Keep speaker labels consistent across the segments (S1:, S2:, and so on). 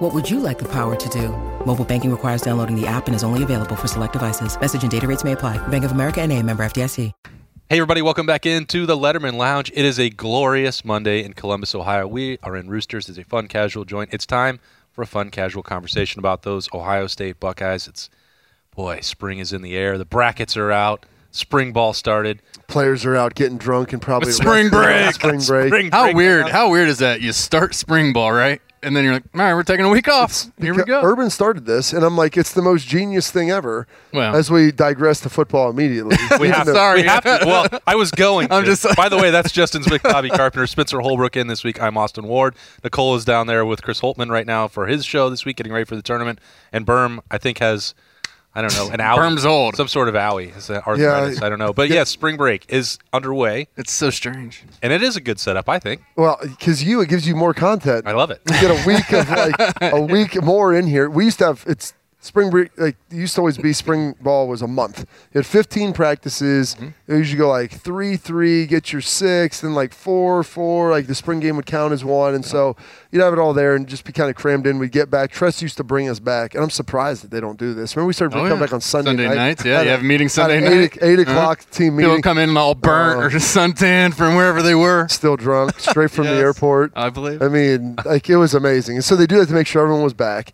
S1: What would you like the power to do? Mobile banking requires downloading the app and is only available for select devices. Message and data rates may apply. Bank of America and a member FDIC.
S2: Hey, everybody, welcome back into the Letterman Lounge. It is a glorious Monday in Columbus, Ohio. We are in Roosters. It's a fun, casual joint. It's time for a fun, casual conversation about those Ohio State Buckeyes. It's, boy, spring is in the air. The brackets are out. Spring ball started.
S3: players are out getting drunk and probably
S4: Spring break.
S3: spring break.
S2: Spring
S4: How
S2: break.
S4: weird! How weird is that? You start spring ball, right? And then you're like, all right, we're taking a week off. Here we go.
S3: Urban started this, and I'm like, it's the most genius thing ever.
S4: Well.
S3: As we digress to football immediately,
S2: We
S3: Even
S2: have,
S3: though-
S4: Sorry.
S2: we have to- well, I was going.
S4: I'm
S2: to.
S4: just-
S2: By the way, that's Justin's Vic, Bobby Carpenter, Spencer Holbrook in this week. I'm Austin Ward. Nicole is down there with Chris Holtman right now for his show this week, getting ready for the tournament. And Berm, I think, has I don't know an owie.
S4: Berm's old.
S2: some sort of owie. Is that arthritis? I don't know. But yes, spring break is underway,
S4: It's so strange.
S2: and it is a good setup. I think
S3: Well, because you, it gives you more content.
S2: I love it.
S3: You get a week of like a week more in here. We used to have it's spring break. Like it used to always be spring ball was a month. You had 15 practices.
S4: Mm-hmm.
S3: It usually go like three, three, get your six, then like four, four. Like the spring game would count as one, and so you'd have it all there and just be kind of crammed in. We'd get back. Tress used to bring us back, and I'm surprised that they don't do this. Remember we started
S4: Oh,
S3: coming
S4: yeah.
S3: back on Sunday,
S4: Sunday
S3: night?
S4: nights, yeah,
S3: Had
S4: you
S3: a-
S4: have a meeting
S3: had
S4: Sunday
S3: an
S4: night.
S3: Eight, eight
S4: Uh-huh.
S3: o'clock team
S4: People
S3: meeting.
S4: come in all burnt
S3: Oh.
S4: or suntan from wherever they were.
S3: Still drunk, straight from the
S4: Yes.
S3: airport.
S4: I believe.
S3: I mean, like it was amazing. And so they do that to make sure everyone was back.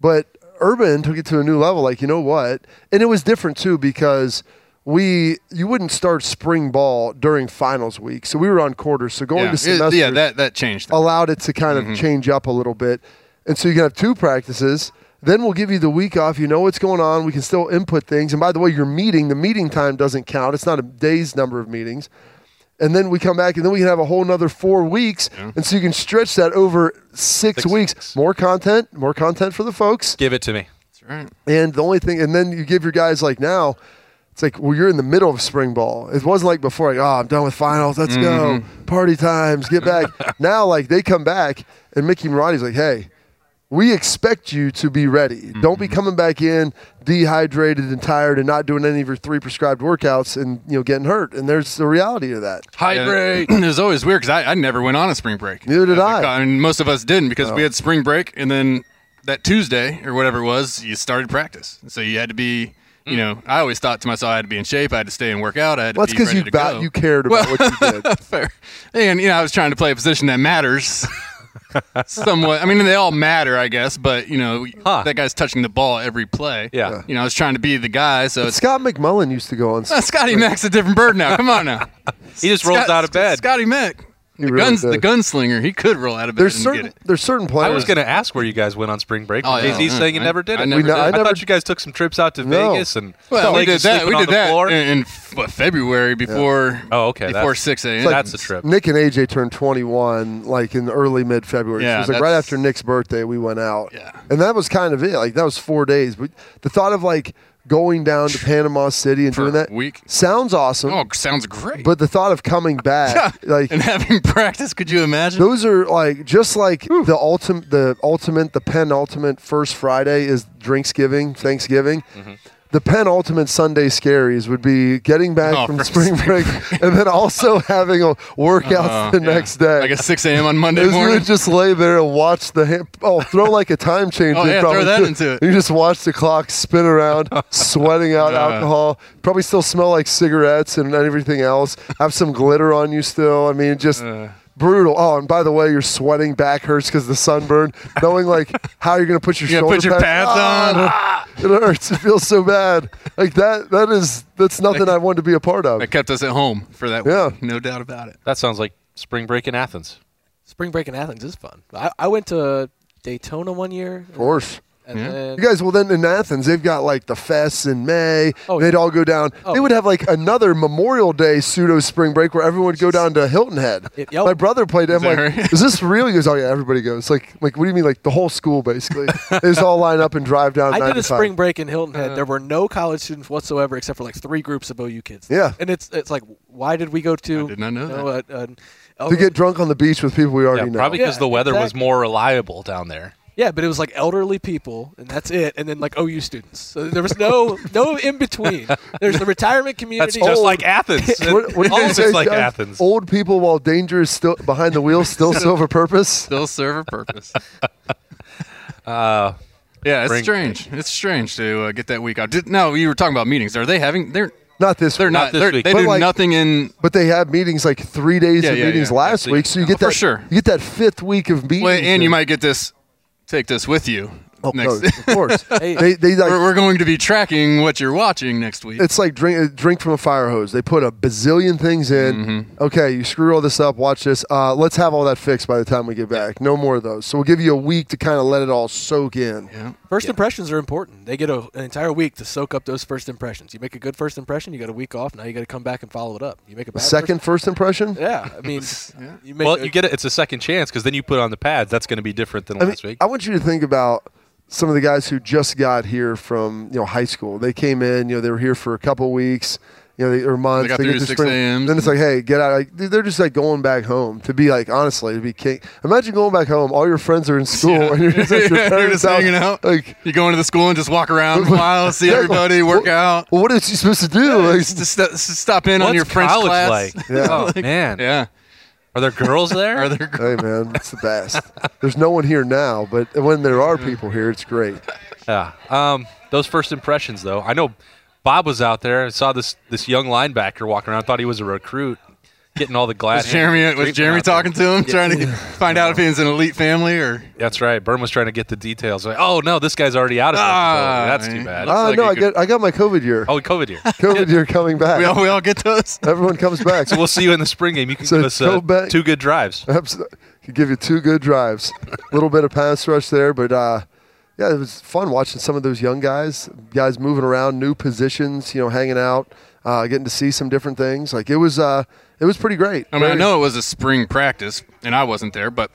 S3: But Urban took it to a new level. Like, you know what? And it was different too because we you wouldn't start spring ball during finals week. So we were on quarters. So going
S4: yeah.
S3: to semester
S4: It- yeah, that that changed. things.
S3: allowed it to kind of
S2: Mm-hmm.
S3: change up a little bit. And so you can have two practices. Then we'll give you the week off. You know what's going on. We can still input things. And by the way, your meeting, the meeting time doesn't count. It's not a day's number of meetings. And then we come back, and then we can have a whole another four weeks. And so you can stretch that over six,
S2: Six
S3: weeks.
S2: weeks.
S3: More content, more content for the folks.
S2: Give it to me.
S4: That's right.
S3: And the only thing, and then you give your guys like now, it's like, well, you're in the middle of spring ball. It wasn't like before, like, oh, I'm done with finals. Let's go.
S4: Mm-hmm.
S3: Party times. Get back. now, like, they come back, and Mickey Maratti's like, hey, we expect you to be ready. Don't
S4: Mm-hmm.
S3: be coming back in dehydrated and tired and not doing any of your three prescribed workouts and, you know, getting hurt. And there's the reality of that.
S4: Hydrate. it was always weird because I, I never went on a spring break.
S3: Neither did
S4: That's a-
S3: I. Oh.
S4: I mean, most of us didn't because we had spring break and then that Tuesday or whatever it was, you started practice. So you had to be,
S2: Hmm.
S4: you know, I always thought to myself, I had to be in shape. I had to stay and work out. I had to
S3: Well, that's
S4: be
S3: because
S4: ready
S3: you,
S4: to
S3: ba-
S4: go.
S3: you cared about what you did.
S4: Fair. And you know, I was trying to play a position that matters. Somewhat. I mean, they all matter, I guess. But you know,
S2: Huh.
S4: that guy's touching the ball every play.
S2: Yeah. Yeah.
S4: You know, I was trying to be the guy. So it's
S3: Scott McMullen used to go on.
S4: Ah, Scotty Mack's a different bird now. Come on now.
S2: He just rolls
S4: Scott-
S2: out of bed.
S4: Scotty Mack, the,
S3: really
S4: guns,
S3: does.
S4: the gunslinger, he could roll out of bed
S3: There's
S4: and
S3: certain
S4: get it.
S3: there's certain players.
S2: I was going to ask where you guys went on spring break.
S4: Oh, yeah.
S2: JZ's saying you
S4: I-
S2: never did it.
S4: I never We
S3: did. I never-
S2: thought you guys took some trips out to
S3: No.
S2: Vegas and
S4: Well, we
S2: Blake
S4: did
S2: is
S4: that.
S2: sleeping
S4: We
S2: on
S4: did
S2: the
S4: that
S2: floor.
S4: in, in what, February before.
S2: Oh, okay,
S4: Before
S2: that's-
S4: six a.m.
S2: It's like- That's a trip.
S3: Nick and AJ turned 21 like in early mid February. so
S4: Yeah,
S3: it was like right
S4: that's-
S3: after Nick's birthday we went out.
S4: Yeah.
S3: And that was kind of it. Like that was 4 days, but the thought of like going down to Panama City and
S4: For
S3: doing
S4: a
S3: that
S4: week.
S3: sounds awesome,
S4: Oh, sounds great.
S3: but the thought of coming back like
S4: and having practice, could you imagine?
S3: those are like just like the ultimate, the ultimate, the penultimate first Friday is Drinksgiving, Thanksgiving.
S4: Mm-hmm.
S3: The penultimate Sunday scaries would be getting back
S4: Oh,
S3: from
S4: from
S3: spring
S4: spring
S3: break and then also having a workout
S4: Uh,
S3: the
S4: yeah.
S3: next day.
S4: Like at 6 a.m. on Monday
S3: Is you
S4: morning.
S3: would just lay there and watch the hand, oh throw like a time change.
S4: Oh,
S3: in
S4: yeah, throw
S3: probably
S4: that
S3: too.
S4: into it.
S3: You just watch the clock spin around, sweating out
S4: Yeah.
S3: alcohol. Probably still smell like cigarettes and everything else. Have some glitter on you still. I mean, just. Brutal. Oh, and by the way, you're sweating. Back hurts because the sunburn. Knowing like how you're gonna put your
S4: Yeah,
S3: shoulder
S4: put your
S3: pad-
S4: pads on.
S3: Ah, it hurts. It feels so bad. Like that. That is. That's nothing I wanted to be a part of.
S4: That kept us at home for that
S3: Yeah.
S4: week. No doubt about it.
S2: That sounds like spring break in Athens.
S5: Spring break in Athens is fun. I, I went to Daytona one year,
S3: Of course.
S2: and
S4: Yeah.
S2: then
S3: You guys, well, then in Athens, they've got like the fests in May.
S2: Oh,
S3: they'd
S2: yeah.
S3: all go down.
S2: Oh,
S3: they would have like another Memorial Day pseudo spring break where everyone would go down to Hilton Head.
S2: Yep, yep.
S3: My brother played. I'm
S4: that
S3: like,
S4: right?
S3: is this real? He goes, oh yeah, everybody goes. Like, like what do you mean? Like the whole school basically? they just all line up and drive down.
S5: I
S3: nine
S5: did a
S3: to five.
S5: spring break in Hilton
S2: Uh-huh.
S5: Head. there were no college students whatsoever, except for like three groups of OU kids.
S3: Yeah.
S5: and it's it's like, why did we go to?
S4: I did not know
S5: you uh, uh,
S3: to get drunk on the beach with people we
S2: yeah,
S3: already know.
S2: probably because
S5: Yeah,
S2: the weather was
S5: exactly.
S2: more reliable down there.
S5: Yeah, but it was like elderly people, and that's it. And then like OU students. So there was no no in between. There's the retirement
S2: That's
S5: community. Oh,
S2: just like Athens.
S3: What- what did
S2: All
S3: you
S2: of
S3: say,
S2: it's like
S3: Josh?
S2: Athens.
S3: Old people while danger is still behind the wheel, still silver purpose.
S4: Still serve a purpose. yeah, it's
S2: Uh, Bring-
S4: strange. It's strange to uh, get that week out. Did, no, you were talking about meetings. Are they having? They're
S3: Not this.
S4: they're
S3: week.
S4: not.
S2: this
S4: they're,
S2: week.
S4: They
S3: But
S4: do
S3: like-
S4: nothing in.
S3: But they had meetings like three days
S4: Yeah,
S3: of
S4: yeah,
S3: meetings
S4: yeah.
S3: last
S2: That's
S3: week, so you get
S4: for
S3: that
S4: sure.
S3: You get that fifth week of meetings,
S4: Well, and you might get this. Take this with you.
S3: Oh,
S4: next.
S3: no, of course.
S5: Hey.
S3: they they like
S4: we're, we're going to be tracking what you're watching next week.
S3: it's like drink uh, drink from a fire hose. They put a bazillion things in.
S4: Mm-hmm.
S3: Okay, you screw all this up. Watch this. Uh, let's have all that fixed by the time we get back. No more of those. So we'll give you a week to kind of let it all soak in.
S4: yeah.
S5: first impressions are important. They get a, an entire week to soak up those first impressions. You make a good first impression, you got a week off. Now you got to come back and follow it up. You make a bad
S3: Second first impression.
S5: First, yeah, I mean, you make
S2: well,
S5: a-
S2: you get it. It's a second chance because then you put on the pads. That's going to be different than
S3: I mean,
S2: last week.
S3: I want you to think about some of the guys who just got here from you know high school. They came in, you know, they were here for a couple weeks, you know, they, or months.
S4: got
S3: get
S4: through
S3: to
S4: 6 a.m.
S3: Then it's like, hey, get out! Like, they're just like going back home to be like, honestly, to be king. Imagine going back home. All your friends are in school, and you're just at your
S4: You're
S3: parents'
S4: just
S3: house,
S4: hanging out.
S3: Like,
S4: You go into the school and just walk around a while, see
S3: Yeah,
S4: everybody, work out.
S3: well, what is she supposed to do? Like,
S4: Just, st- s- stop in on
S2: What's
S4: your French
S2: college
S4: class.
S2: like?
S3: Yeah.
S2: Oh man,
S4: Yeah.
S2: are there girls there?
S4: Are there?
S3: hey, man, it's the best. There's no one here now, but when there are people here, it's great.
S2: Yeah. Um, those first impressions, though. I know Bob was out there. I saw this this young linebacker walking around. Thought he was a recruit, getting all the glass.
S4: Was Jeremy was Jeremy talking to him, trying to find out if he was an elite family or?
S2: That's right. Burn was trying to get the details. Like, oh no, this guy's already out of.
S4: Ah,
S2: That's too
S4: man.
S2: bad.
S4: Looks
S3: Ah,
S4: like
S3: no,
S4: you
S3: I
S4: could-
S3: get, I got my COVID year.
S2: Oh, COVID year.
S3: COVID year coming back.
S4: We all we all get those.
S3: Everyone comes back.
S2: so we'll see you in the spring game. You can
S3: So
S2: give us
S3: go
S2: uh,
S3: back-
S2: two good drives.
S3: Absolutely. Could give you two good drives. A little bit of pass rush there, but uh, yeah, it was fun watching some of those young guys, guys moving around, new positions, you know, hanging out, uh, getting to see some different things. Like it was, uh, it was pretty great.
S4: I mean, I
S3: Very-
S4: know it was a spring practice, and I wasn't there, but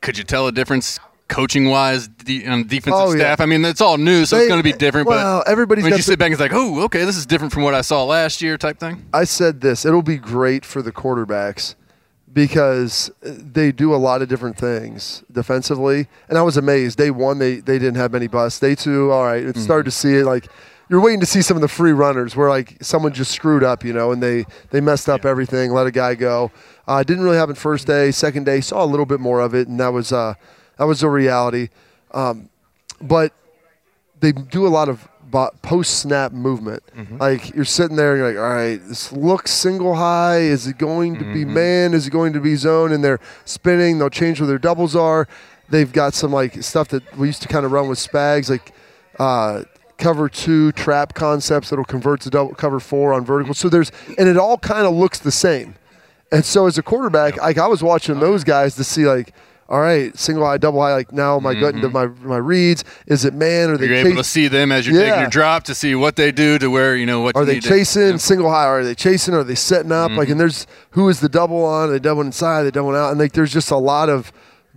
S4: could you tell a difference coaching wise de- on defensive
S3: Oh, yeah.
S4: staff? I mean, it's all new, so
S3: They-
S4: it's going to be different.
S3: well,
S4: but
S3: everybody's
S4: when
S3: got
S4: you
S3: the-
S4: sit back and it's like, oh, okay, this is different from what I saw last year, type thing.
S3: I said this. It'll be great for the quarterbacks because they do a lot of different things defensively. And I was amazed. Day one, they they didn't have many busts. Day two, all right, it started to see it like. You're waiting to see some of the free runners where like someone just screwed up, you know, and they they messed up everything, let a guy go. Uh, it didn't really happen first day, second day saw a little bit more of it, and that was uh, that was the reality. Um, but they do a lot of post snap movement. Like you're sitting there and you're like, all right, this looks single high. Is it going to be man? Is it going to be zone? And they're spinning. They'll change where their doubles are. They've got some like stuff that we used to kind of run with Spags, like uh, cover two trap concepts that'll convert to double cover four on vertical. So there's and it all kind of looks the same. And so as a quarterback, like I was watching those guys to see like, all right, single high, double high. Like now, am I getting to my my reads? Is it man? Are they
S4: You're able to
S3: chase-
S4: see them as you're taking
S3: Yeah.
S4: your drop to see what they do to where you know what
S3: Are
S4: you
S3: they
S4: need to-
S3: chasing single high? Are they chasing? Are they setting up? Like,
S4: Mm-hmm.
S3: and there's who is the double on? Are they doubling inside? Are they doubling out? And like, there's just a lot of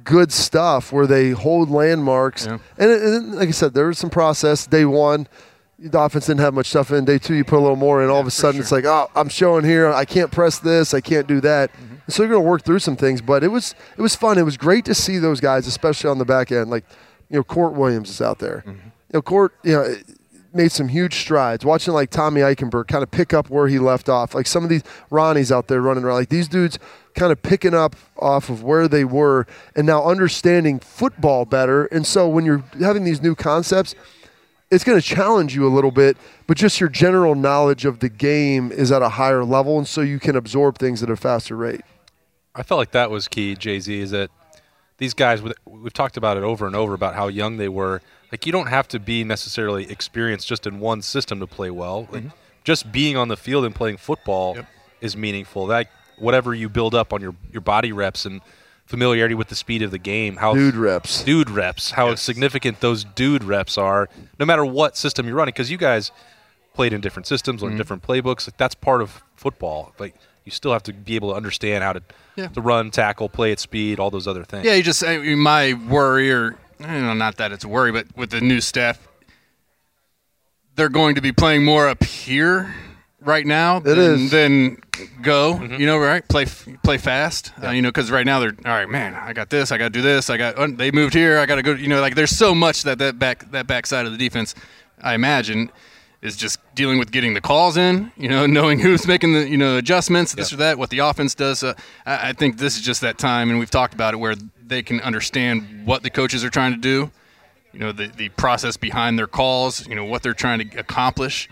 S3: good stuff where they hold landmarks.
S4: Yeah.
S3: And, it- and like I said, there was some process. Day one, the offense didn't have much stuff in. Day two, you put a little more in. All of a sudden, it's like, oh, I'm showing here. I can't press this. I can't do that.
S4: Mm-hmm.
S3: So you're gonna work through some things. But it was it was fun. It was great to see those guys, especially on the back end. Like, you know, Court Williams is out
S4: Mm-hmm.
S3: there. You know, Court, you know made some huge strides. Watching like Tommy Eichenberg kind of pick up where he left off. Like some of these Ronnie's out there running around. Like these dudes kind of picking up off of where they were and now understanding football better. And so when you're having these new concepts, it's going to challenge you a little bit, but just your general knowledge of the game is at a higher level, and so you can absorb things at a faster rate.
S2: I felt like that was key, Jay Z, is that these guys, with- we've talked about it over and over about how young they were. Like, you don't have to be necessarily experienced just in one system to play well. Like,
S3: Mm-hmm.
S2: just being on the field and playing football is meaningful. That whatever you build up on your, your body reps and familiarity with the speed of the game, how
S3: Dude reps.
S2: dude reps, how
S4: Yes.
S2: significant those dude reps are, no matter what system you're running. Because you guys played in different systems,
S4: Mm-hmm.
S2: learned different playbooks. Like, that's part of football. Like you still have to be able to understand how to
S4: Yeah.
S2: to run, tackle, play at speed, all those other things.
S4: Yeah, you just I mean, my worry, or you know, not that it's a worry, but with the new staff, they're going to be playing more up here right now than,
S3: is.
S4: than go. You know, right? Play f- play fast. Uh, you know, because right now they're all right. Man, I got this. I got to do this. I got. oh, They moved here. I got to go. You know, like there's so much that that back that backside of the defense, I imagine. Is just dealing with getting the calls in, you know, knowing who's making the you know adjustments, this or that, what the offense does. Uh, I, I think this is just that time, and we've talked about it, where they can understand what the coaches are trying to do, you know the, the process behind their calls you know what they're trying to accomplish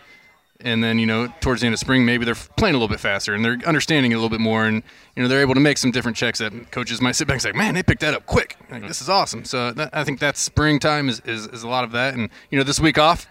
S4: and then you know towards the end of spring maybe they're playing a little bit faster and they're understanding it a little bit more and you know they're able to make some different checks that coaches might sit back and say man they picked that up quick like, this is awesome so that, i think that springtime is, is, is a lot of that and you know this week off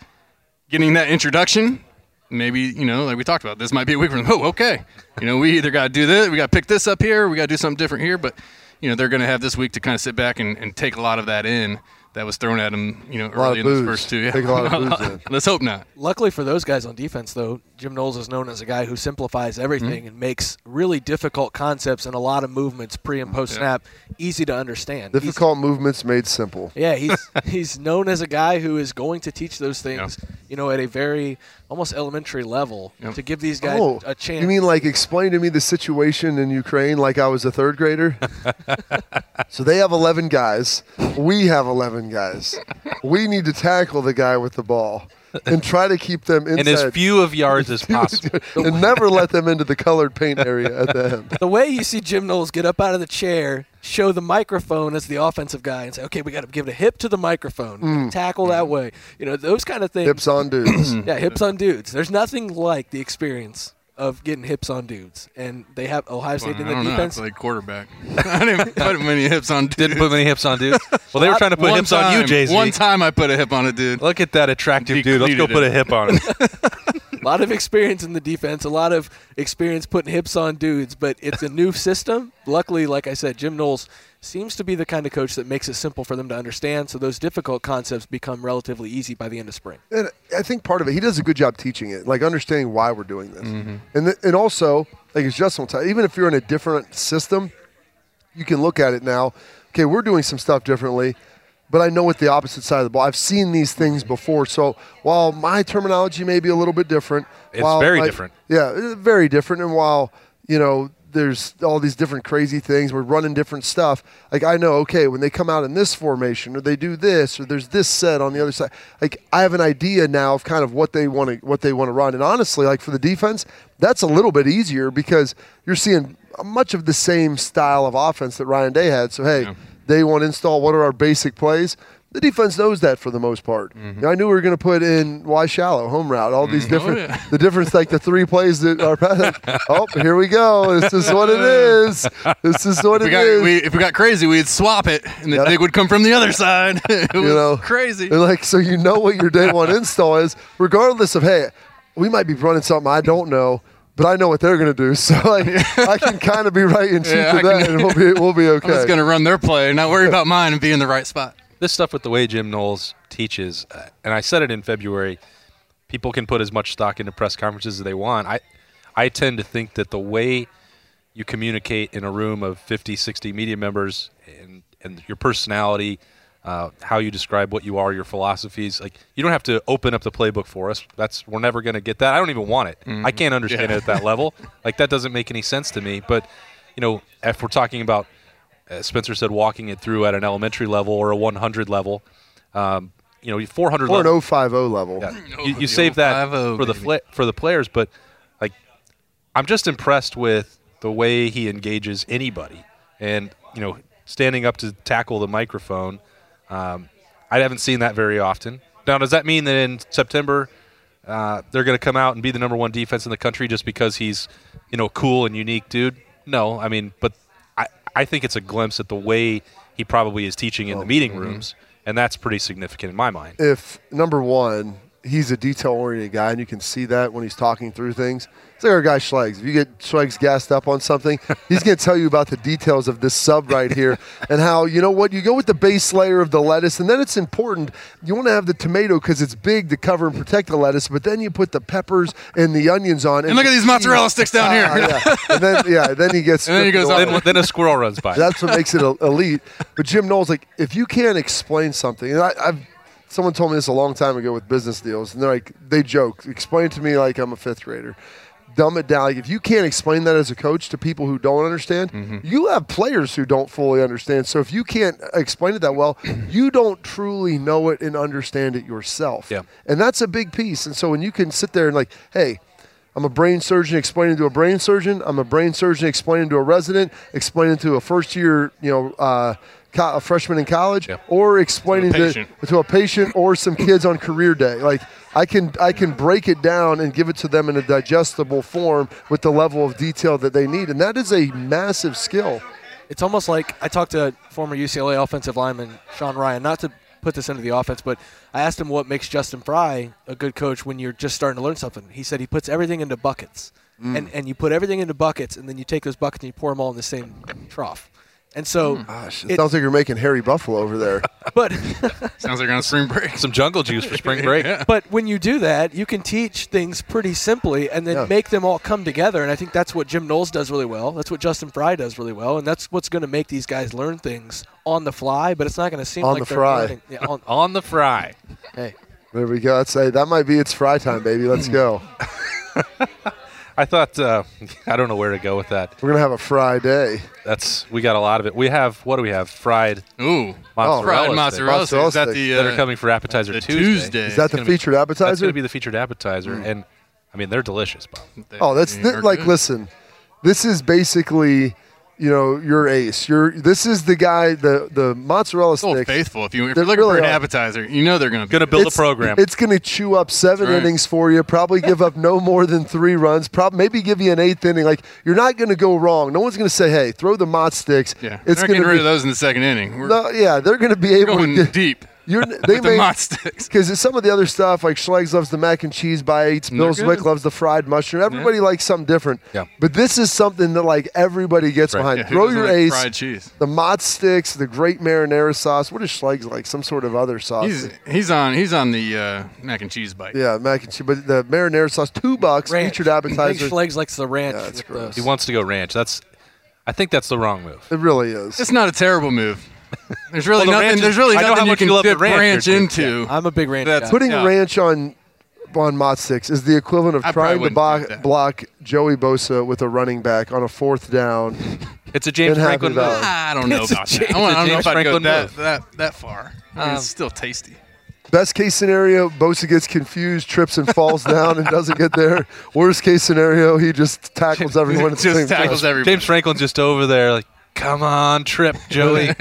S4: getting that introduction maybe you know like we talked about this might be a week from oh okay you know we either got to do this we got to pick this up here we got to do something different here but you know they're going to have this week to kind of sit back and, and take a lot of that in that was thrown at them you know
S3: A lot
S4: early
S3: of
S4: in this
S3: booze.
S4: first two yeah
S3: Take a lot of booze in.
S4: let's hope not
S5: Luckily for those guys on defense, though, Jim Knowles is known as a guy who simplifies everything
S2: Mm-hmm.
S5: and makes really difficult concepts and a lot of movements pre and post snap easy to understand. He's-
S3: Difficult movements made simple.
S5: yeah, he's he's known as a guy who is going to teach those things, you know, at a very almost elementary level
S4: Yep.
S5: to give these guys
S3: oh,
S5: a chance.
S3: you mean like explain to me the situation in Ukraine like I was a third grader? so they have 11 guys. We have 11 guys. We need to tackle the guy with the ball and try to keep them inside.
S2: And as few of yards as possible.
S3: and never let them into the colored paint area at the end.
S5: the way you see Jim Knowles get up out of the chair, show the microphone as the offensive guy, and say, "Okay, we got to give it a hip to the microphone,
S3: Mm.
S5: tackle
S3: Mm-hmm.
S5: that way." You know, those kind of things.
S3: Hips on dudes.
S5: Yeah, hips on dudes. There's nothing like the experience of getting hips on dudes, and they have Ohio State
S4: I
S5: in the
S4: don't know.
S5: defense.
S4: I played quarterback. I didn't put many hips on. Dude.
S2: Didn't put many hips on dudes. Well, they were trying to put
S4: One
S2: hips on you,
S4: time-
S2: Jay Z.
S4: One time I put a hip on a dude.
S2: Look at that attractive dude. Let's go
S4: Depleted
S2: put
S4: it.
S2: a hip on him.
S5: a lot of experience in the defense, a lot of experience putting hips on dudes, but it's a new system. Luckily, like I said, Jim Knowles seems to be the kind of coach that makes it simple for them to understand, so those difficult concepts become relatively easy by the end of spring.
S3: And I think part of it, he does a good job teaching it, like understanding why we're doing this,
S2: Mm-hmm.
S3: and th- and also like it's just time. Even if you're in a different system, you can look at it now. Okay, we're doing some stuff differently, but I know what the opposite side of the ball. I've seen these things before, so while my terminology may be a little bit different,
S2: It's
S3: while
S2: very
S3: my-
S2: different.
S3: Yeah, uh, very different. And while you know there's all these different crazy things, we're running different stuff. Like I know, okay, when they come out in this formation, or they do this, or there's this set on the other side. Like I have an idea now of kind of what they want to what they want to run. And honestly, like for the defense, that's a little bit easier because you're seeing much of the same style of offense that Ryan Day had. So hey, day one install. What are our basic plays? The defense knows that for the most part.
S4: Mm-hmm.
S3: You know, I knew we were going to put in why shallow home route, all these different,
S4: Oh, yeah.
S3: the difference like the three plays that are. Like, oh, here we go. This is what it is. This is what
S4: If we,
S3: it
S4: got,
S3: is.
S4: we, if we got crazy, we'd swap it, and the
S3: Yeah.
S4: dig would come from the other side. it was
S3: you know,
S4: crazy.
S3: And like so, you know what your day one install is, regardless of hey, we might be running something I don't know. But I know what they're going to do, so like, I can kind of be right and cheat
S4: Yeah,
S3: to
S4: I
S3: that,
S4: can-
S3: and we'll be we'll be okay.
S4: I'm just gonna run their play, and not worry about mine, and be in the right spot.
S2: this stuff with the way Jim Knowles teaches, uh, and I said it in February, people can put as much stock into press conferences as they want. I, I tend to think that the way you communicate in a room of 50, 60 media members and, and your personality, uh, how you describe what you are, your philosophies, like you don't have to open up the playbook for us. That's we're never going to get that. I don't even want it. I can't understand
S4: Yeah.
S2: it at that level. like that doesn't make any sense to me. But you know, if we're talking about as Spencer said, walking it through at an elementary level or a 100 level. Um, you know, 400
S3: or
S2: level.
S3: an 050 level.
S2: Yeah.
S4: Oh,
S2: You, you
S4: the
S2: save that
S4: 050,
S2: for the
S4: baby.
S2: fla- for the players, but like, I'm just impressed with the way he engages anybody, and you know, standing up to tackle the microphone. Um, I haven't seen that very often. Now, does that mean that in September uh, they're going to come out and be the number one defense in the country just because he's, you know, cool and unique dude? No, I mean, but I, I think it's a glimpse at the way he
S4: mm-hmm.
S2: probably is teaching in the meeting rooms, and that's pretty significant in my mind.
S3: if number one, he's a detail oriented guy, and you can see that when he's talking through things. It's like our guy Schlegs. If you get Schlegs gassed up on something, he's going to tell you about the details of this sub right here and how, you know what, you go with the base layer of the lettuce, and then it's important. You want to have the tomato because it's big to cover and protect the lettuce, but then you put the peppers and the onions on.
S4: And look at these mozzarella sticks down here.
S3: Ah, yeah. And then, yeah, then he gets.
S4: And then he goes
S3: stripped away.
S4: on.
S2: Then, then a squirrel runs by.
S3: That's what makes it el- elite. But Jim Knowles, like, if you can't explain something, and I, I've someone told me this a long time ago with business deals, and they're like, they joke, explain it to me like I'm a fifth grader. Dumb it down. Like, if you can't explain that as a coach to people who don't understand, you have players who don't fully understand. So if you can't explain it that well, you don't truly know it and understand it yourself.
S2: Yeah.
S3: And that's a big piece. And so when you can sit there and like, hey, I'm a brain surgeon explaining to a brain surgeon. I'm a brain surgeon explaining to a resident, explaining to a first year, you know, uh, co- a freshman in college,
S2: Yeah.
S3: or explaining to,
S4: patient.
S3: to a patient or some kids on career day. Like I can I can break it down and give it to them in a digestible form with the level of detail that they need, and that is a massive skill.
S5: it's almost like I talked to former UCLA offensive lineman Sean Ryan, not to put this into the offense, but I asked him what makes Justin Fry a good coach when you're just starting to learn something. He said he puts everything into buckets.
S3: Mm.
S5: And, and you put everything into buckets, and then you take those buckets and you pour them all in the same trough. And so,
S3: Gosh, it,
S5: It-
S3: sounds like you're making Harry Buffalo over there.
S5: but
S4: Sounds like you're on spring break.
S2: Some jungle juice for spring break.
S5: but when you do that, you can teach things pretty simply and then
S3: Yeah.
S5: make them all come together. And I think that's what Jim Knowles does really well. That's what Justin Fry does really well, and that's what's going to make these guys learn things on the fly. But it's not going to seem
S3: On
S5: like
S3: the
S5: they're
S3: fry.
S5: learning. Yeah, on,
S2: On the fry.
S5: hey,
S3: there we go. I'd say that might be it's fry time, baby. Let's go.
S2: I thought uh, I don't know where to go with that.
S3: We're gonna have a fry day.
S2: That's we got a lot of it. We have what do we have? Fried
S4: Ooh.
S2: mozzarella.
S4: Oh, Fried
S2: sticks
S4: mozzarella. sticks. Is that
S3: sticks.
S4: the, uh,
S2: that are coming for appetizer
S4: the
S2: Tuesday.
S4: Tuesday? Mm.
S3: Is that the
S2: gonna be-
S3: featured
S2: That's going
S3: appetizer?
S2: to be the featured appetizer, and I mean they're delicious, Bob.
S3: Oh, that's
S4: They
S3: thi-
S4: are
S3: like
S4: good.
S3: listen, this is basically, you know, your ace. Your this is the guy the the mozzarella
S4: It's old
S3: sticks.
S4: faithful. If, you, if
S3: They
S4: you're looking
S3: really
S4: for an
S3: are.
S4: appetizer, you know they're going to be
S2: Going to build a program.
S3: It's going to chew up seven
S4: That's right.
S3: innings for you. Probably give up no more than three runs. Probably maybe give you an eighth inning. Like you're not going to go wrong. No one's going to say, "Hey, throw the mott sticks."
S4: Yeah,
S3: it's
S4: they're
S3: going
S4: getting
S3: to
S4: rid
S3: be.
S4: of those in the second inning. We're
S3: no, yeah, they're going to be able
S4: going
S3: to get,
S4: deep.
S3: You're, they
S4: with the
S3: may,
S4: mott sticks.
S3: Because some of the other stuff, like Schlegs loves the mac and cheese bites,
S4: Mm-hmm. they're
S3: Bill Zwick
S4: good.
S3: loves the fried mushroom. Everybody likes something different.
S2: Yeah.
S3: But this is something that like everybody gets behind.
S4: Yeah, who
S3: Throw
S4: doesn't
S3: your
S4: like
S3: ace,
S4: Fried cheese.
S3: the mod sticks, the great marinara sauce. What is Schlegs like? Some sort of other sauce.
S4: He's he's on he's on the uh, mac and cheese bite.
S3: yeah, mac and cheese, but the marinara sauce, two bucks,
S5: ranch.
S3: featured appetizer.
S5: Big Schlegs likes the ranch.
S3: Yeah, it's
S5: with
S3: gross.
S5: the-
S2: he wants to go ranch. That's I think that's the wrong move.
S3: It really is.
S4: It's not a terrible move. There's really
S2: Well, the ranch
S4: nothing.
S2: is-
S4: there's really
S2: I know how
S4: nothing you
S2: much you
S4: can
S2: love the
S4: dip
S2: ranch,
S4: branch
S2: Richard.
S4: into.
S5: I'm a big ranch
S4: That's-
S5: guy.
S3: Putting
S4: Yeah.
S3: ranch on on Mott six is the equivalent of
S4: I probably
S3: trying to
S4: wouldn't do
S3: block,
S4: that.
S3: block Joey Bosa with a running back on a fourth down.
S2: It's a James
S3: Happy
S2: Franklin
S3: Valley.
S2: move.
S4: I don't know
S2: It's a
S4: about
S2: James-
S4: that. I, don't- I don't know
S2: it's
S4: if
S2: a
S4: I'd go
S2: James
S4: that,
S2: Franklin
S4: that that far. I
S3: Um,
S4: mean, it's still tasty.
S3: Best case scenario, Bosa gets confused, trips and falls down and doesn't get there. Worst case scenario, he just tackles everyone at the
S4: Just
S3: same time.
S4: tackles everybody.
S2: James Franklin's just over there, like, come on, trip, Joey.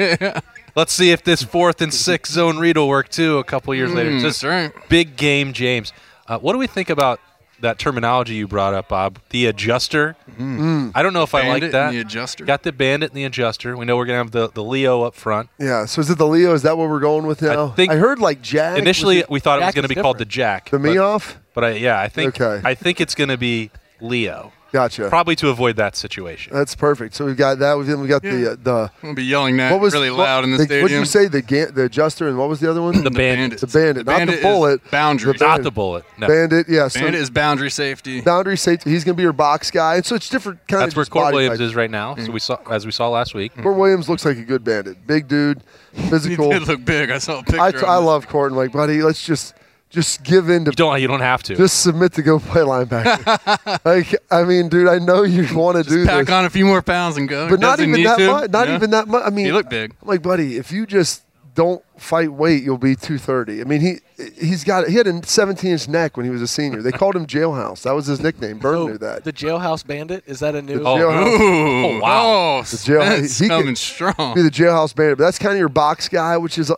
S2: Let's see if this fourth and sixth zone read will work too. A couple years later,
S4: Mm,
S2: just
S4: that's right.
S2: big game, James. Uh, what do we think about that terminology you brought up, Bob? The adjuster. I don't know if I
S4: Hmm. Bandit
S2: like
S4: and
S2: that.
S4: the adjuster.
S2: Got the bandit and the adjuster. We know we're gonna have the, the Leo up front.
S3: Yeah. So is it the Leo? Is that what we're going with now?
S2: I think-
S3: heard like Jack. was
S2: Initially,
S3: it
S2: we thought it was
S5: Jack
S2: gonna
S5: is
S2: be called
S5: different.
S2: the Jack.
S3: the
S2: but-
S3: me off.
S2: But I, yeah, I think
S3: Okay.
S2: I think it's going to be Leo,
S3: Gotcha.
S2: probably to avoid that situation.
S3: That's perfect. So we've got that. We've- Then we got the uh, the
S4: I'm gonna be yelling that
S3: what was
S4: really
S3: what-
S4: loud in the,
S3: the
S4: stadium.
S3: What did you say? The ga- the adjuster and what was the other one?
S2: The bandit,
S3: The bandit, not the
S4: is
S3: bullet.
S4: Boundary.
S3: The
S4: Bandit.
S2: not the bullet. No.
S3: bandit. Yeah. So
S4: Bandit is boundary safety.
S3: boundary safety. He's going to be your box guy. So it's different kind
S2: That's
S3: of.
S2: where
S3: just
S2: Court
S3: body
S2: Williams
S3: type. Mm.
S2: is right now. So we saw, as we saw last week,
S3: Court Williams looks like a good bandit. Big dude,
S4: He
S3: physical.
S4: did look big. I saw a picture.
S3: I,
S4: of him.
S3: I love Court. and like, buddy, let's just just give in to
S2: you don't you don't have to.
S3: just submit to go play linebacker. like, I mean, dude, I know you want to do
S4: Pack
S3: this,
S4: on a few more pounds and go.
S3: but not
S4: Doesn't
S3: even
S4: need
S3: that
S4: to.
S3: much. Not
S4: Yeah.
S3: even that much. I mean,
S4: He looked big.
S3: I'm like, buddy, if you just don't fight weight, you'll be 230. I mean, he he's got he had a 17 inch neck when he was a senior. They called him Jailhouse. That was his nickname. Burn
S4: Oh,
S5: So,
S3: knew that.
S5: The jailhouse bandit is that a new?
S3: Oh, Jailhouse-
S4: Ooh,
S2: Oh, wow.
S4: Oh,
S3: jail-
S4: Spence
S3: he could-
S4: coming
S3: be
S4: strong.
S3: the jailhouse bandit. But that's kind of your box guy, which is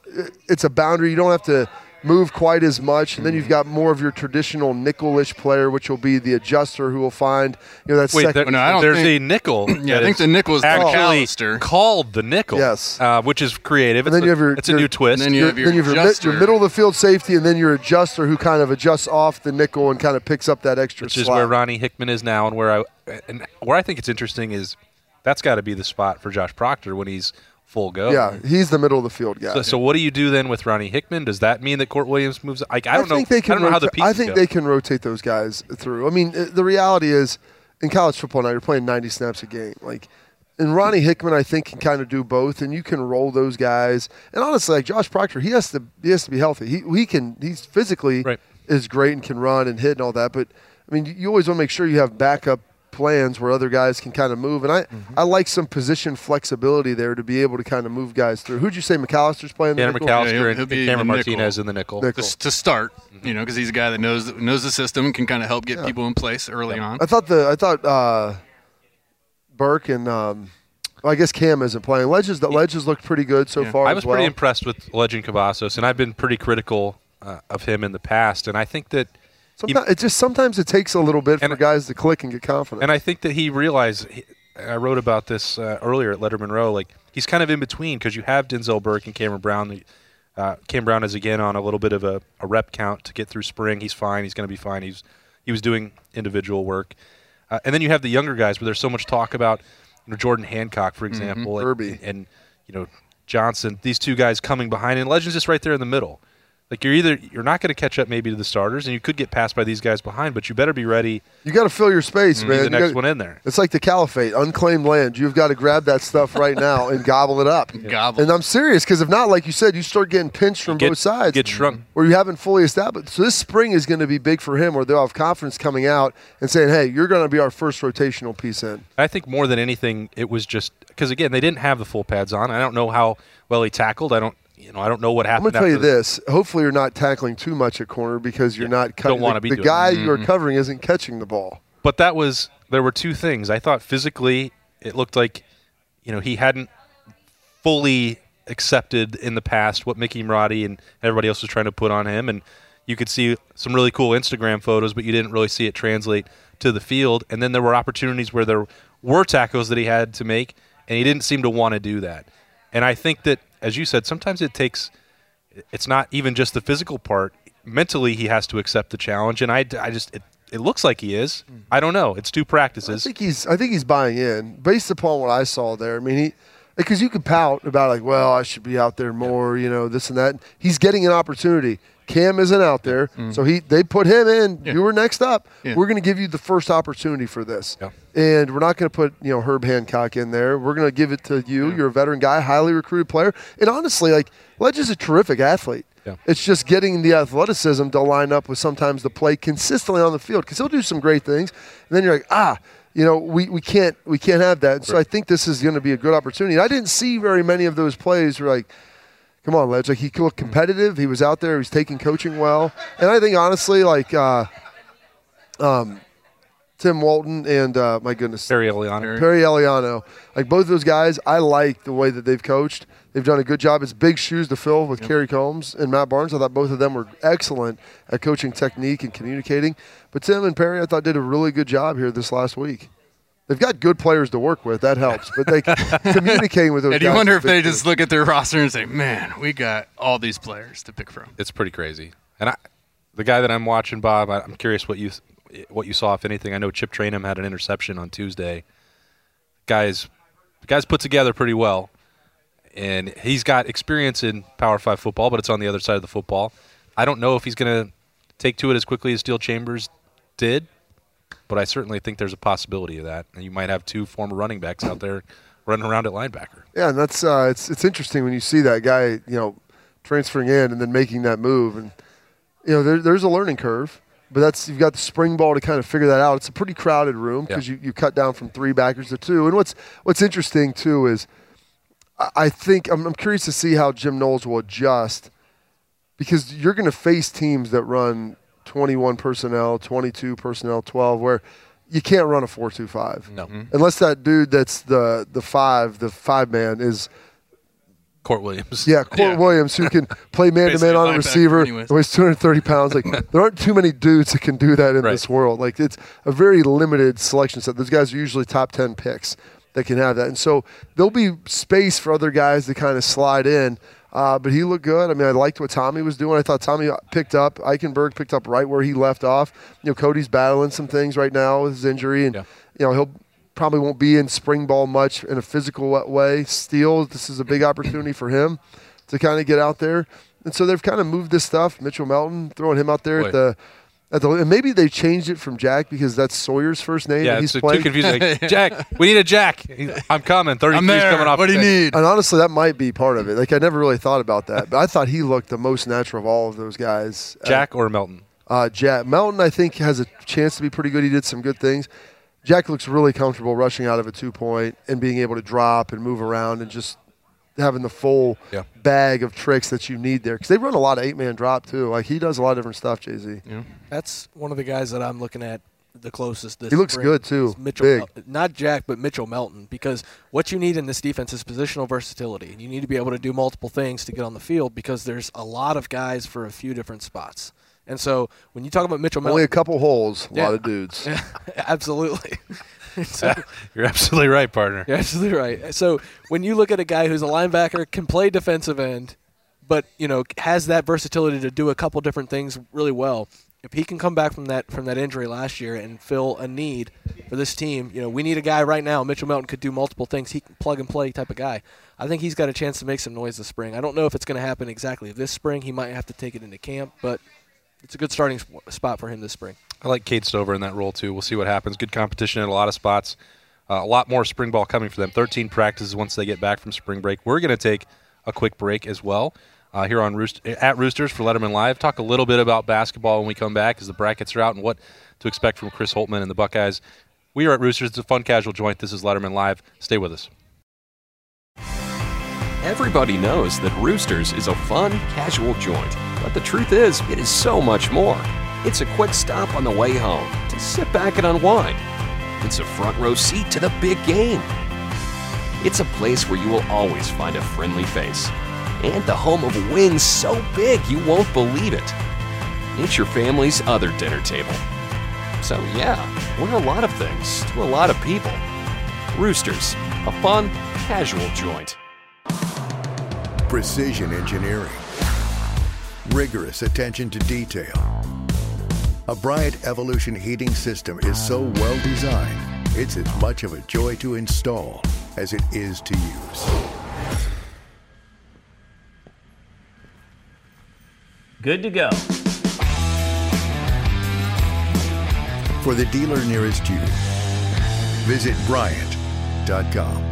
S3: it's a uh, boundary. You don't have to move quite as much. And then you've got more of your traditional nickel-ish player, which will be the adjuster who will find you know that
S2: Wait,
S3: second.
S2: there-
S4: No, I don't
S2: there's
S4: think-
S2: a nickel.
S4: Yeah, I
S2: that
S4: think
S2: is
S4: the nickel is
S2: actually
S4: McAllister.
S2: called the nickel.
S3: Yes.
S2: uh, which is creative.
S3: And
S2: it's
S3: then you
S2: a,
S3: have your-
S2: it's a
S3: your-
S2: new twist.
S4: and then you have your
S3: then you have your, mi-
S4: adjuster.
S3: your middle of the field safety, and then your adjuster who kind of adjusts off the nickel and kind of picks up that extra
S2: which is
S3: slack.
S2: where Ronnie Hickman is now, and where I and where I think it's interesting is that's got to be the spot for Josh Proctor when he's full go.
S3: yeah, he's the middle of the field guy.
S2: So, so what do you do then with Ronnie Hickman? Does that mean that Court Williams moves? Like I don't know.
S3: think they can.
S2: I don't know how the
S3: rota- I
S2: pieces
S3: think
S2: go.
S3: they can rotate those guys through. I mean, uh, the reality is, in college football now, you're playing 90 snaps a game. Like, and Ronnie Hickman, I think, can kind of do both, and you can roll those guys. And honestly, like Josh Proctor, he has to he has to be healthy. He he can he's physically
S2: Right.
S3: is great and can run and hit and all that. But I mean, you always want to make sure you have backup plans where other guys can kind of move. And I
S2: Mm-hmm.
S3: I like some position flexibility there to be able to kind of move guys through. Who'd you say McAllister's playing? the
S2: Tanner
S3: nickel?
S2: McAllister
S4: Yeah, he'll-
S2: and,
S4: he'll
S2: and
S4: be in
S2: Cameron
S4: the nickel.
S2: Martinez in the nickel.
S3: Nickel.
S4: Just to start, you know, because he's a guy that knows knows the system and can kind of help get people in place early on.
S3: I thought the I thought uh, Burke and um, well, I guess Cam isn't playing. Ledges the ledges looked pretty good so
S4: Yeah.
S3: far.
S2: I
S3: as
S2: was
S3: well.
S2: pretty impressed with Legend Cavazos, and I've been pretty critical uh, of him in the past, and I think that. he-
S3: Sometimes, it just sometimes it takes a little bit for
S2: And-
S3: guys to click and get confident.
S2: And I think that he realized. He, I wrote about this uh, earlier at Letterman Row. Like he's kind of in between because you have Denzel Burke and Cameron Brown. Uh, Cam Brown is again on a little bit of a, a rep count to get through spring. He's fine. He's going to be fine. He's he was doing individual work, uh, and then you have the younger guys where there's so much talk about you know, Jordan Hancock, for example, and-
S3: Irby.
S2: and, you know Johnson. These two guys coming behind, and Legends just right there in the middle. Like you're either you're not going to catch up maybe to the starters, and you could get passed by these guys behind, but you better be ready
S3: you got to fill your space,
S2: to be
S3: man.
S2: Mm, the
S3: You
S2: next
S3: gotta-
S2: one in there.
S3: It's like the caliphate, unclaimed land. You've got to grab that stuff right now and gobble it up.
S4: Gobble.
S3: And I'm serious because if not, like you said, you start getting pinched from both sides.
S2: Get shrunk.
S3: where you haven't fully established. So this spring is going to be big for him, where they'll have confidence coming out and saying, "Hey, you're going to be our first rotational piece in."
S2: I think more than anything, it was just because again they didn't have the full pads on. I don't know how well he tackled. I don't, you know, I don't know what
S3: I'm
S2: happened.
S3: going to tell you
S2: after the-
S3: this. Hopefully, you're not tackling too much at corner because you're not cutting.
S2: wanna
S3: the,
S2: be
S3: the
S2: doing Mm-hmm.
S3: guy you're covering isn't catching the ball.
S2: But that was there were two things. I thought physically it looked like, you know, he hadn't fully accepted in the past what Mickey Marotti and everybody else was trying to put on him, and you could see some really cool Instagram photos, but you didn't really see it translate to the field. And then there were opportunities where there were tackles that he had to make, and he didn't seem to want to do that. And I think that, as you said, sometimes it takes it's not even just the physical part. Mentally, he has to accept the challenge, and I, I just it, it looks like he is. I don't know. It's two practices.
S3: Hmm. I think he's. I think he's buying in based upon what I saw there. I mean, he because you could pout about like, well, I should be out there more, you know, this and that. He's getting an opportunity. Cam isn't out there,
S2: Mm-hmm.
S3: so he they put him in. You were next up.
S4: Yeah.
S3: We're going to give you the first opportunity for this,
S2: Yeah.
S3: and we're not going to put you know Herb Hancock in there. We're going to give it to you. You're a veteran guy, highly recruited player, and honestly, like Ledge is a terrific athlete.
S2: Yeah.
S3: It's just getting the athleticism to line up with sometimes the play consistently on the field because he'll do some great things, and then you're like, ah, you know, we, we can't we can't have that. And so I think this is going to be a good opportunity. And I didn't see very many of those plays where like, come on, Ledge, like he looked
S4: Hmm.
S3: competitive. He was out there. He was taking coaching well, and I think honestly, like, uh, um, Tim Walton and uh, my goodness,
S2: Very early on.
S3: Perry Eliano. Like both of those guys, I like the way that they've coached. They've done a good job. It's big shoes to fill with Kerry Combs and Matt Barnes. I thought both of them were excellent at coaching technique and communicating. But Tim and Perry, I thought, did a really good job here this last week. They've got good players to work with. That helps. But they communicating with those
S4: And
S3: guys.
S4: you wonder
S3: is
S4: if
S3: big
S4: they
S3: too.
S4: just look at their roster and say, "Man, we got all these players to pick from."
S2: It's pretty crazy. And I, the guy that I'm watching, Bob, I, I'm curious what you what you saw, if anything. I know Chip Trainham had an interception on Tuesday. Guys, guys put together pretty well, and he's got experience in Power Five football, but it's on the other side of the football. I don't know if he's going to take to it as quickly as Steel Chambers did, but I certainly think there's a possibility of that. And you might have two former running backs out there running around at linebacker.
S3: Yeah, and that's uh, it's it's interesting when you see that guy, you know, transferring in and then making that move, and you know, there, there's a learning curve, but that's you've got the spring ball to kind of figure that out. It's a pretty crowded room because
S2: Yeah.
S3: you, you cut down from three backers to two, and what's what's interesting too is, I, I think I'm, I'm curious to see how Jim Knowles will adjust, because you're going to face teams that run 21 personnel, 22 personnel, 12, where you can't run a 4-2-5
S2: No. Mm-hmm.
S3: unless that dude that's the the five, the five man is
S2: Court Williams.
S3: Yeah, Court
S4: Yeah.
S3: Williams, who can play man to
S4: Basically
S3: man
S4: a
S3: on a
S4: linebacker
S3: receiver,
S4: anyways.
S3: weighs 230 pounds. Like there aren't too many dudes that can do that in
S2: Right.
S3: this world. Like it's a very limited selection set. Those guys are usually top 10 picks that can have that, and so there'll be space for other guys to kind of slide in. Uh, but he looked good. I mean, I liked what Tommy was doing. I thought Tommy picked up. Eichenberg picked up right where he left off. You know, Cody's battling some things right now with his injury, and
S2: Yeah.
S3: you know he'll probably won't be in spring ball much in a physical wa- way. Steele, this is a big opportunity for him to kind of get out there, and so they've kind of moved this stuff. Mitchell Melton throwing him out there
S2: Boy.
S3: at the at the and maybe they changed it from Jack because that's Sawyer's first name.
S2: Yeah,
S3: that
S2: it's
S3: he's
S2: too
S3: playing.
S2: confusing. Like, Jack, we need a Jack. He's- I'm coming. 33's
S4: I'm there.
S2: coming off.
S4: what do
S2: the
S4: you
S2: bench.
S4: need?
S3: And honestly, that might be part of it. Like I never really thought about that, but I thought he looked the most natural of all of those guys. Uh,
S2: Jack or Melton?
S3: Uh, Jack Melton, I think, has a chance to be pretty good. He did some good things. Jack looks really comfortable rushing out of a two point and being able to drop and move around and just having the full
S2: Yeah.
S3: bag of tricks that you need there because they run a lot of eight man drop too. Like he does a lot of different stuff. Jay Z.
S5: That's one of the guys that I'm looking at the closest. This
S3: He looks
S5: spring
S3: good, too.
S5: is Mitchell,
S3: Big.
S5: Mel- not Jack, but Mitchell Melton, because what you need in this defense is positional versatility, and you need to be able to do multiple things to get on the field because there's a lot of guys for a few different spots. And so when you talk about Mitchell
S3: Only a
S5: Melton,
S3: couple holes, a
S5: Yeah.
S3: lot of dudes.
S5: absolutely. And so-
S2: You're absolutely right, partner.
S5: You're absolutely right. So when you look at a guy who's a linebacker, can play defensive end, but you know has that versatility to do a couple different things really well. If he can come back from that from that injury last year and fill a need for this team, you know we need a guy right now. Mitchell Melton could do multiple things. He can plug and play type of guy. I think he's got a chance to make some noise this spring. I don't know if it's going to happen exactly this spring. He might have to take it into camp, but it's a good starting sp- spot for him this spring.
S2: I like Kate Stover in that role too. We'll see what happens. Good competition in a lot of spots. Uh, a lot more spring ball coming for them. 13 practices once they get back from spring break. We're going to take a quick break as well uh, here on Roost- at Roosters for Letterman Live. Talk a little bit about basketball when we come back as the brackets are out and what to expect from Chris Holtman and the Buckeyes. We are at Roosters. It's a fun casual joint. This is Letterman Live. Stay with us.
S6: Everybody knows that Roosters is a fun, casual joint, but the truth is, it is so much more. It's a quick stop on the way home to sit back and unwind. It's a front row seat to the big game. It's a place where you will always find a friendly face, and the home of wings so big you won't believe it. It's your family's other dinner table. So, yeah, we're a lot of things to a lot of people. Roosters, a fun, casual joint.
S7: Precision engineering. Rigorous attention to detail. A Bryant Evolution heating system is so well designed, it's as much of a joy to install as it is to use.
S8: Good to go.
S7: For the dealer nearest you, visit Bryant.com.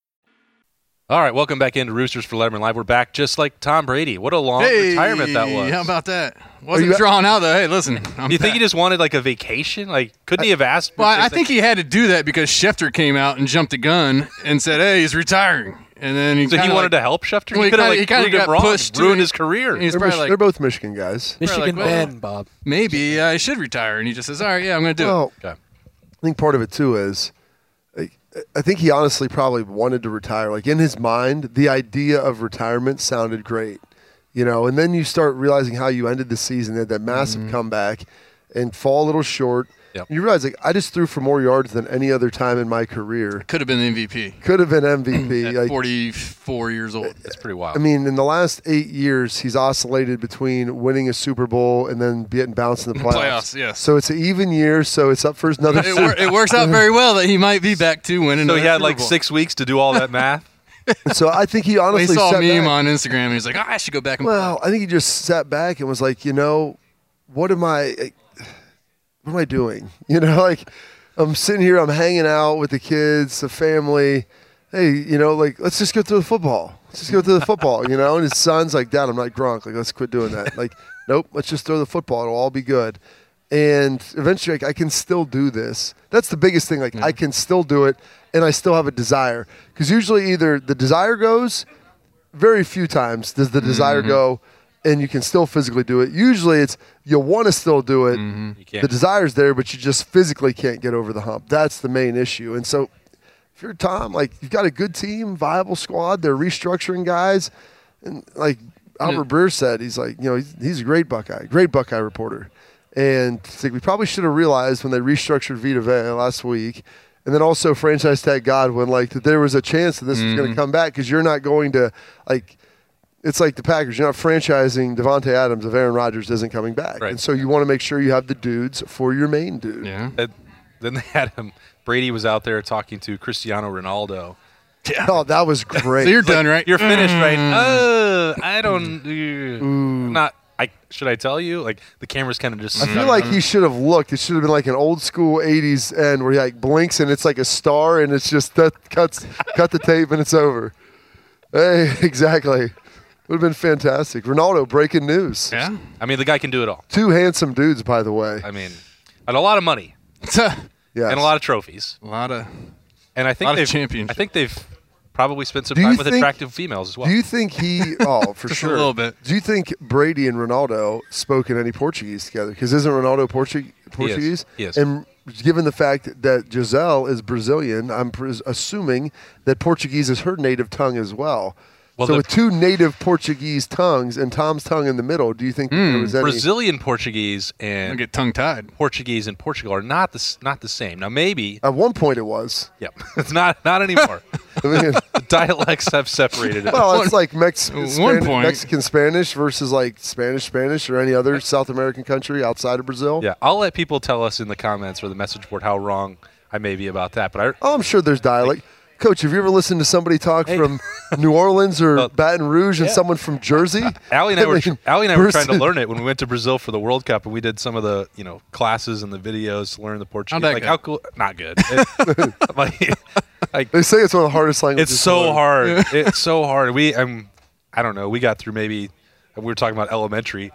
S2: All right, welcome back into Roosters for Letterman Live. We're back just like Tom Brady. What a long retirement that was.
S4: How about that? Wasn't
S3: you-
S4: drawn out though. Hey, listen. I'm
S2: Do you think
S4: back.
S2: he just wanted like a vacation? Like, couldn't he have asked?
S4: Well, I think he had to do that because Schefter came out and jumped the gun and said, "Hey, he's retiring." And then he
S2: So he
S4: kinda,
S2: wanted
S4: like-
S2: to help Schefter.
S4: Well,
S2: he
S4: he
S2: could have
S4: kinda-
S2: like
S4: he kinda
S2: proved him
S4: got
S2: wrong,
S4: pushed to
S2: ruined
S4: it.
S2: his career.
S4: He's
S3: They're,
S4: probably
S3: Mich-
S4: like,
S3: they're both Michigan guys.
S5: Michigan
S4: well-
S5: Ben, Bob.
S4: maybe I should retire, and he just says, "All right, yeah, I'm going to do
S3: Well,
S2: Okay.
S3: I think part of it too is, like, I think he honestly probably wanted to retire. Like in his mind, the idea of retirement sounded great, you know. And then you start realizing how you ended the season. They had that massive
S4: Mm-hmm.
S3: comeback, and fall a little short.
S2: Yep.
S3: You realize like I just threw for more yards than any other time in my career.
S4: it." Could have been the MVP.
S3: Could have been MVP.
S4: At
S3: like
S4: 44 years old.
S2: It's pretty wild.
S3: I mean, in the last eight years, he's oscillated between winning a Super Bowl and then getting bounced in the playoffs.
S4: Playoffs, yes.
S3: So it's an even year. So it's up for another.
S4: It, wor- it works out very well that he might be back to winning.
S2: so
S4: another
S2: he had
S4: Super
S2: like
S4: Bowl.
S2: six weeks to do all that math.
S3: so I think he
S4: He
S3: honestly
S4: saw a
S3: sat
S4: meme
S3: back.
S4: on Instagram, and he's like, "Ah, "I should go back and."
S3: Well, I think he just sat back and was like, you know, what am I, like, what am I doing? You know, like I'm sitting here, I'm hanging out with the kids, the family, hey, you know, like let's just go through the football. Let's just go through the football, you know. And his son's like, Dad, I'm not drunk. Like, let's quit doing that. Like, nope, let's just throw the football. It'll all be good. And eventually, like, I can still do this. That's the biggest thing. Like, I can still do it, and I still have a desire. Because usually, either the desire goes, very few times does the desire go, and you can still physically do it. Usually, it's you want to still do it.
S2: can't.
S3: The desire's there, but you just physically can't get over the hump. That's the main issue. And so if you're Tom, like you've got a good team, viable squad, they're restructuring guys, and like Albert Breer said, he's like, you know, he's, he's a great Buckeye, great Buckeye reporter, and it's like we probably should have realized when they restructured Vita Vea last week, and then also franchise tag Godwin, like that there was a chance that this was
S4: Mm-hmm.
S3: going to come back because you're not going to like. It's like the Packers. You're not franchising Devonte Adams if Aaron Rodgers isn't coming back,
S2: Right.
S3: and so you want to make sure you have the dudes for your main dude.
S4: Yeah.
S2: And then they had him. Brady was out there talking to Cristiano Ronaldo.
S3: Oh, that was great.
S4: So you're done, right?
S2: You're finished, right?
S4: Mm.
S2: Oh, I don't. I'm Not. I should I tell you? Like the camera's kind of just.
S3: I feel like he should have looked. It should have been like an old school '80s end where he like blinks and it's like a star, and it's just that cuts cut the tape and it's over. Hey, exactly. Would have been fantastic. Ronaldo breaking news.
S4: yeah.
S2: I mean, the guy can do it all.
S3: Two handsome dudes, by the way.
S2: I mean, and a lot of money
S4: It's a
S3: Yeah.
S2: and a lot of trophies.
S4: lot of.
S2: And I think
S4: Lot of
S2: they've.
S4: championships.
S2: I think they've probably spent some
S3: Do
S2: time
S3: you
S2: with
S3: think-
S2: attractive females as well.
S3: Do you think he? Oh, for
S4: Just a
S3: sure.
S4: little bit.
S3: Do you think Brady and Ronaldo spoke in any Portuguese together? Because isn't Ronaldo Portu- Portuguese?
S2: He is.
S3: And given the fact that Giselle is Brazilian, I'm pres- assuming that Portuguese is her native tongue as well.
S2: Well,
S3: so
S2: the-
S3: with two native Portuguese tongues and Tom's tongue in the middle, do you think there
S4: Hmm,
S3: was any?
S2: Brazilian Portuguese
S4: I
S2: and
S4: get tongue tied.
S2: Portuguese in Portugal are not the s- not the same. Now maybe.
S3: At one point, it was.
S2: Yep. It's not not anymore.
S3: I mean,
S2: the dialects have separated. it.
S3: well, it's like Mex-
S4: One
S3: Spani-
S4: point.
S3: Mexican Spanish versus like Spanish Spanish or any other South American country outside of Brazil.
S2: Yeah, I'll let people tell us in the comments or the message board how wrong I may be about that. But I,
S3: Oh, I'm sure there's dialect. Coach, have you ever listened to somebody talk from New Orleans or Baton Rouge and someone from Jersey?
S2: Oh. Allie and I, were
S3: mean,
S2: Allie and I were trying to
S3: versus-
S2: learn it when we went to Brazil for the World Cup, and we did some of the you know classes and the videos to learn the Portuguese.
S4: How'd that
S2: like
S4: go?
S2: how cool? Not good. It- like, like,
S3: They say it's one of the hardest languages.
S2: it's
S3: to
S2: so
S3: learn.
S2: hard. It's so hard. We um, I don't know. We got through maybe we were talking about elementary.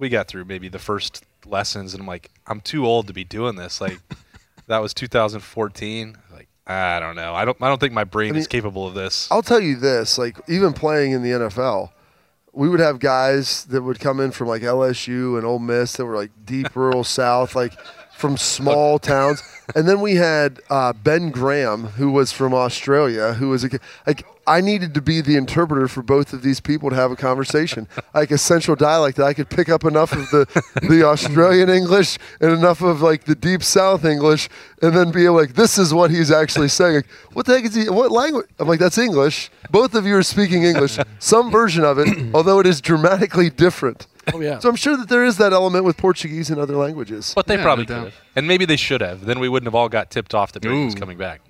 S2: We got through maybe the first lessons, and I'm like, I'm too old to be doing this. Like that was 2014. Like I don't know. I don't. I don't think my brain is capable of this.
S3: I'll tell you this: like even playing in the NFL, we would have guys that would come in from like LSU and Ole Miss that were like deep rural South, like from small towns, and then we had uh, Ben Graham, who was from Australia, who was a, ki- like I needed to be the interpreter for both of these people to have a conversation, like a central dialect that I could pick up enough of the the Australian English and enough of like the deep South English, and then be like, this is what he's actually saying. Like, what the heck is he? What language? I'm like, that's English. Both of you are speaking English, some version of it, although it is dramatically different.
S5: Oh, yeah.
S3: So I'm sure that there is that element with Portuguese and other languages.
S2: But they
S4: Yeah,
S2: probably
S4: no
S2: could
S4: doubt.
S2: have. And maybe they should have. Then we wouldn't have all got tipped off that Brady was
S4: Ooh.
S2: coming back.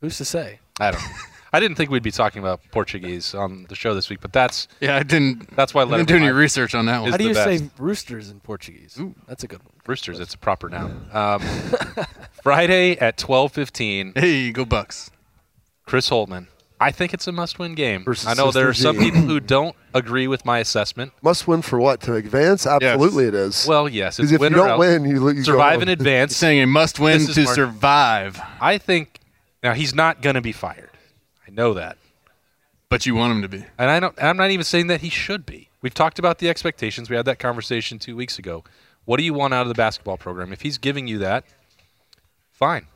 S5: Who's to say?
S2: I don't know. I didn't think we'd be talking about Portuguese on the show this week, but that's
S4: Yeah, I didn't.
S2: That's why
S4: I didn't do
S2: Letterman-
S4: any research on that one.
S5: How do
S2: the
S5: you say
S2: best.
S5: roosters in Portuguese? That's a good one.
S2: Roosters. It's a proper noun. Um, Friday at 12:15,
S4: Hey, go Bucks.
S2: Chris Holtman. I think it's a must-win game.
S3: Versus
S2: I know there are
S3: Sister
S2: some
S3: Jean.
S2: people who don't agree with my assessment.
S3: Must win for what? To advance? Absolutely, it is.
S2: Well, yes, it's
S3: Because if you
S2: win or
S3: don't
S2: out.
S3: win, you, lo- you go
S2: survive in
S3: home.
S2: advance.
S4: Saying a must win
S2: This is
S4: to
S2: Mark-
S4: survive,
S2: I think now he's not going to be fired. I know that.
S4: but you want him to be.
S2: And I don't. I'm not even saying that he should be. We've talked about the expectations. We had that conversation two weeks ago. What do you want out of the basketball program? If he's giving you that, fine.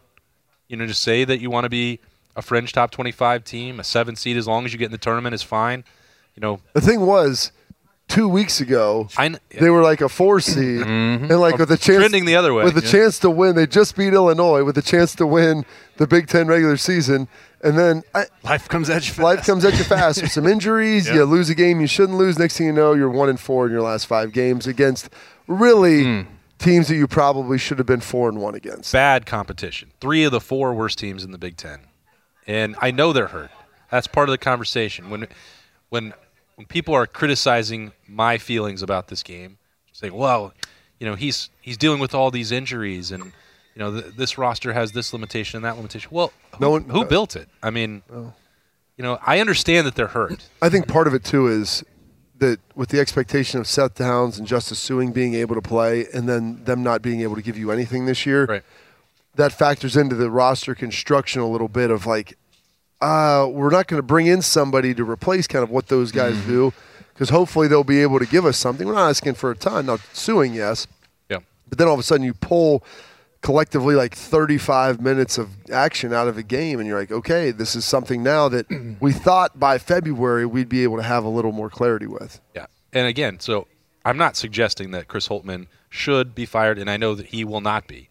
S2: You know, just say that you want to be a fringe top 25 team, a seven seed. As long as you get in the tournament, is fine. You know,
S3: The thing was, two weeks ago,
S2: I kn-
S3: they were like a four seed, and like with a chance
S2: Mm-hmm. trending the other way.
S3: with a
S2: Yeah.
S3: chance to win. They just beat Illinois with a chance to win the Big Ten regular season, and then I,
S4: Life comes at you fast.
S3: life comes at you fast. There's some injuries. You lose a game you shouldn't lose. Next thing you know, you're one and four in your last five games against really
S2: Hmm.
S3: teams that you probably should have been four and one against.
S2: bad competition. Three of the four worst teams in the Big Ten, and I know they're hurt. That's part of the conversation. When, when, when people are criticizing my feelings about this game, saying, "Well, you know, he's he's dealing with all these injuries, and you know, th- this roster has this limitation and that limitation. Well, who,
S3: No one-
S2: who
S3: uh,
S2: built it? I mean, you know, I understand that they're hurt.
S3: I think part of it too is that with the expectation of Seth Downs and Justice Suing being able to play, and then them not being able to give you anything this year,
S2: Right.
S3: that factors into the roster construction a little bit of like, uh, we're not going to bring in somebody to replace kind of what those guys do, because hopefully they'll be able to give us something. We're not asking for a ton now. Suing, yes,
S2: Yeah.
S3: but then all of a sudden you pull collectively like 35 minutes of action out of a game and you're like, okay, this is something now that we thought by February we'd be able to have a little more clarity with.
S2: Yeah. And again, so I'm not suggesting that Chris Holtman should be fired, and I know that he will not be.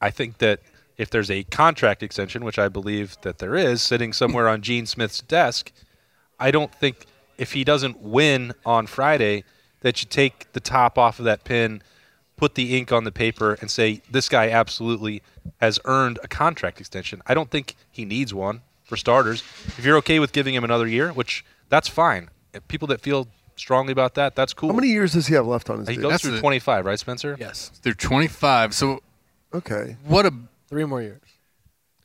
S2: I think that if there's a contract extension, which I believe that there is, sitting somewhere on Gene Smith's desk, I don't think if he doesn't win on Friday, that you take the top off of that pin, put the ink on the paper, and say, this guy absolutely has earned a contract extension. I don't think he needs one, for starters. If you're okay with giving him another year, which that's fine. If people that feel strongly about that, that's cool.
S3: How many years does he have left on his
S2: He
S3: deal?
S2: goes
S4: That's
S2: through
S4: the-
S2: 25, right, Spencer?
S5: Yes,
S4: They're 25. So
S3: Okay.
S4: what a
S5: three more years.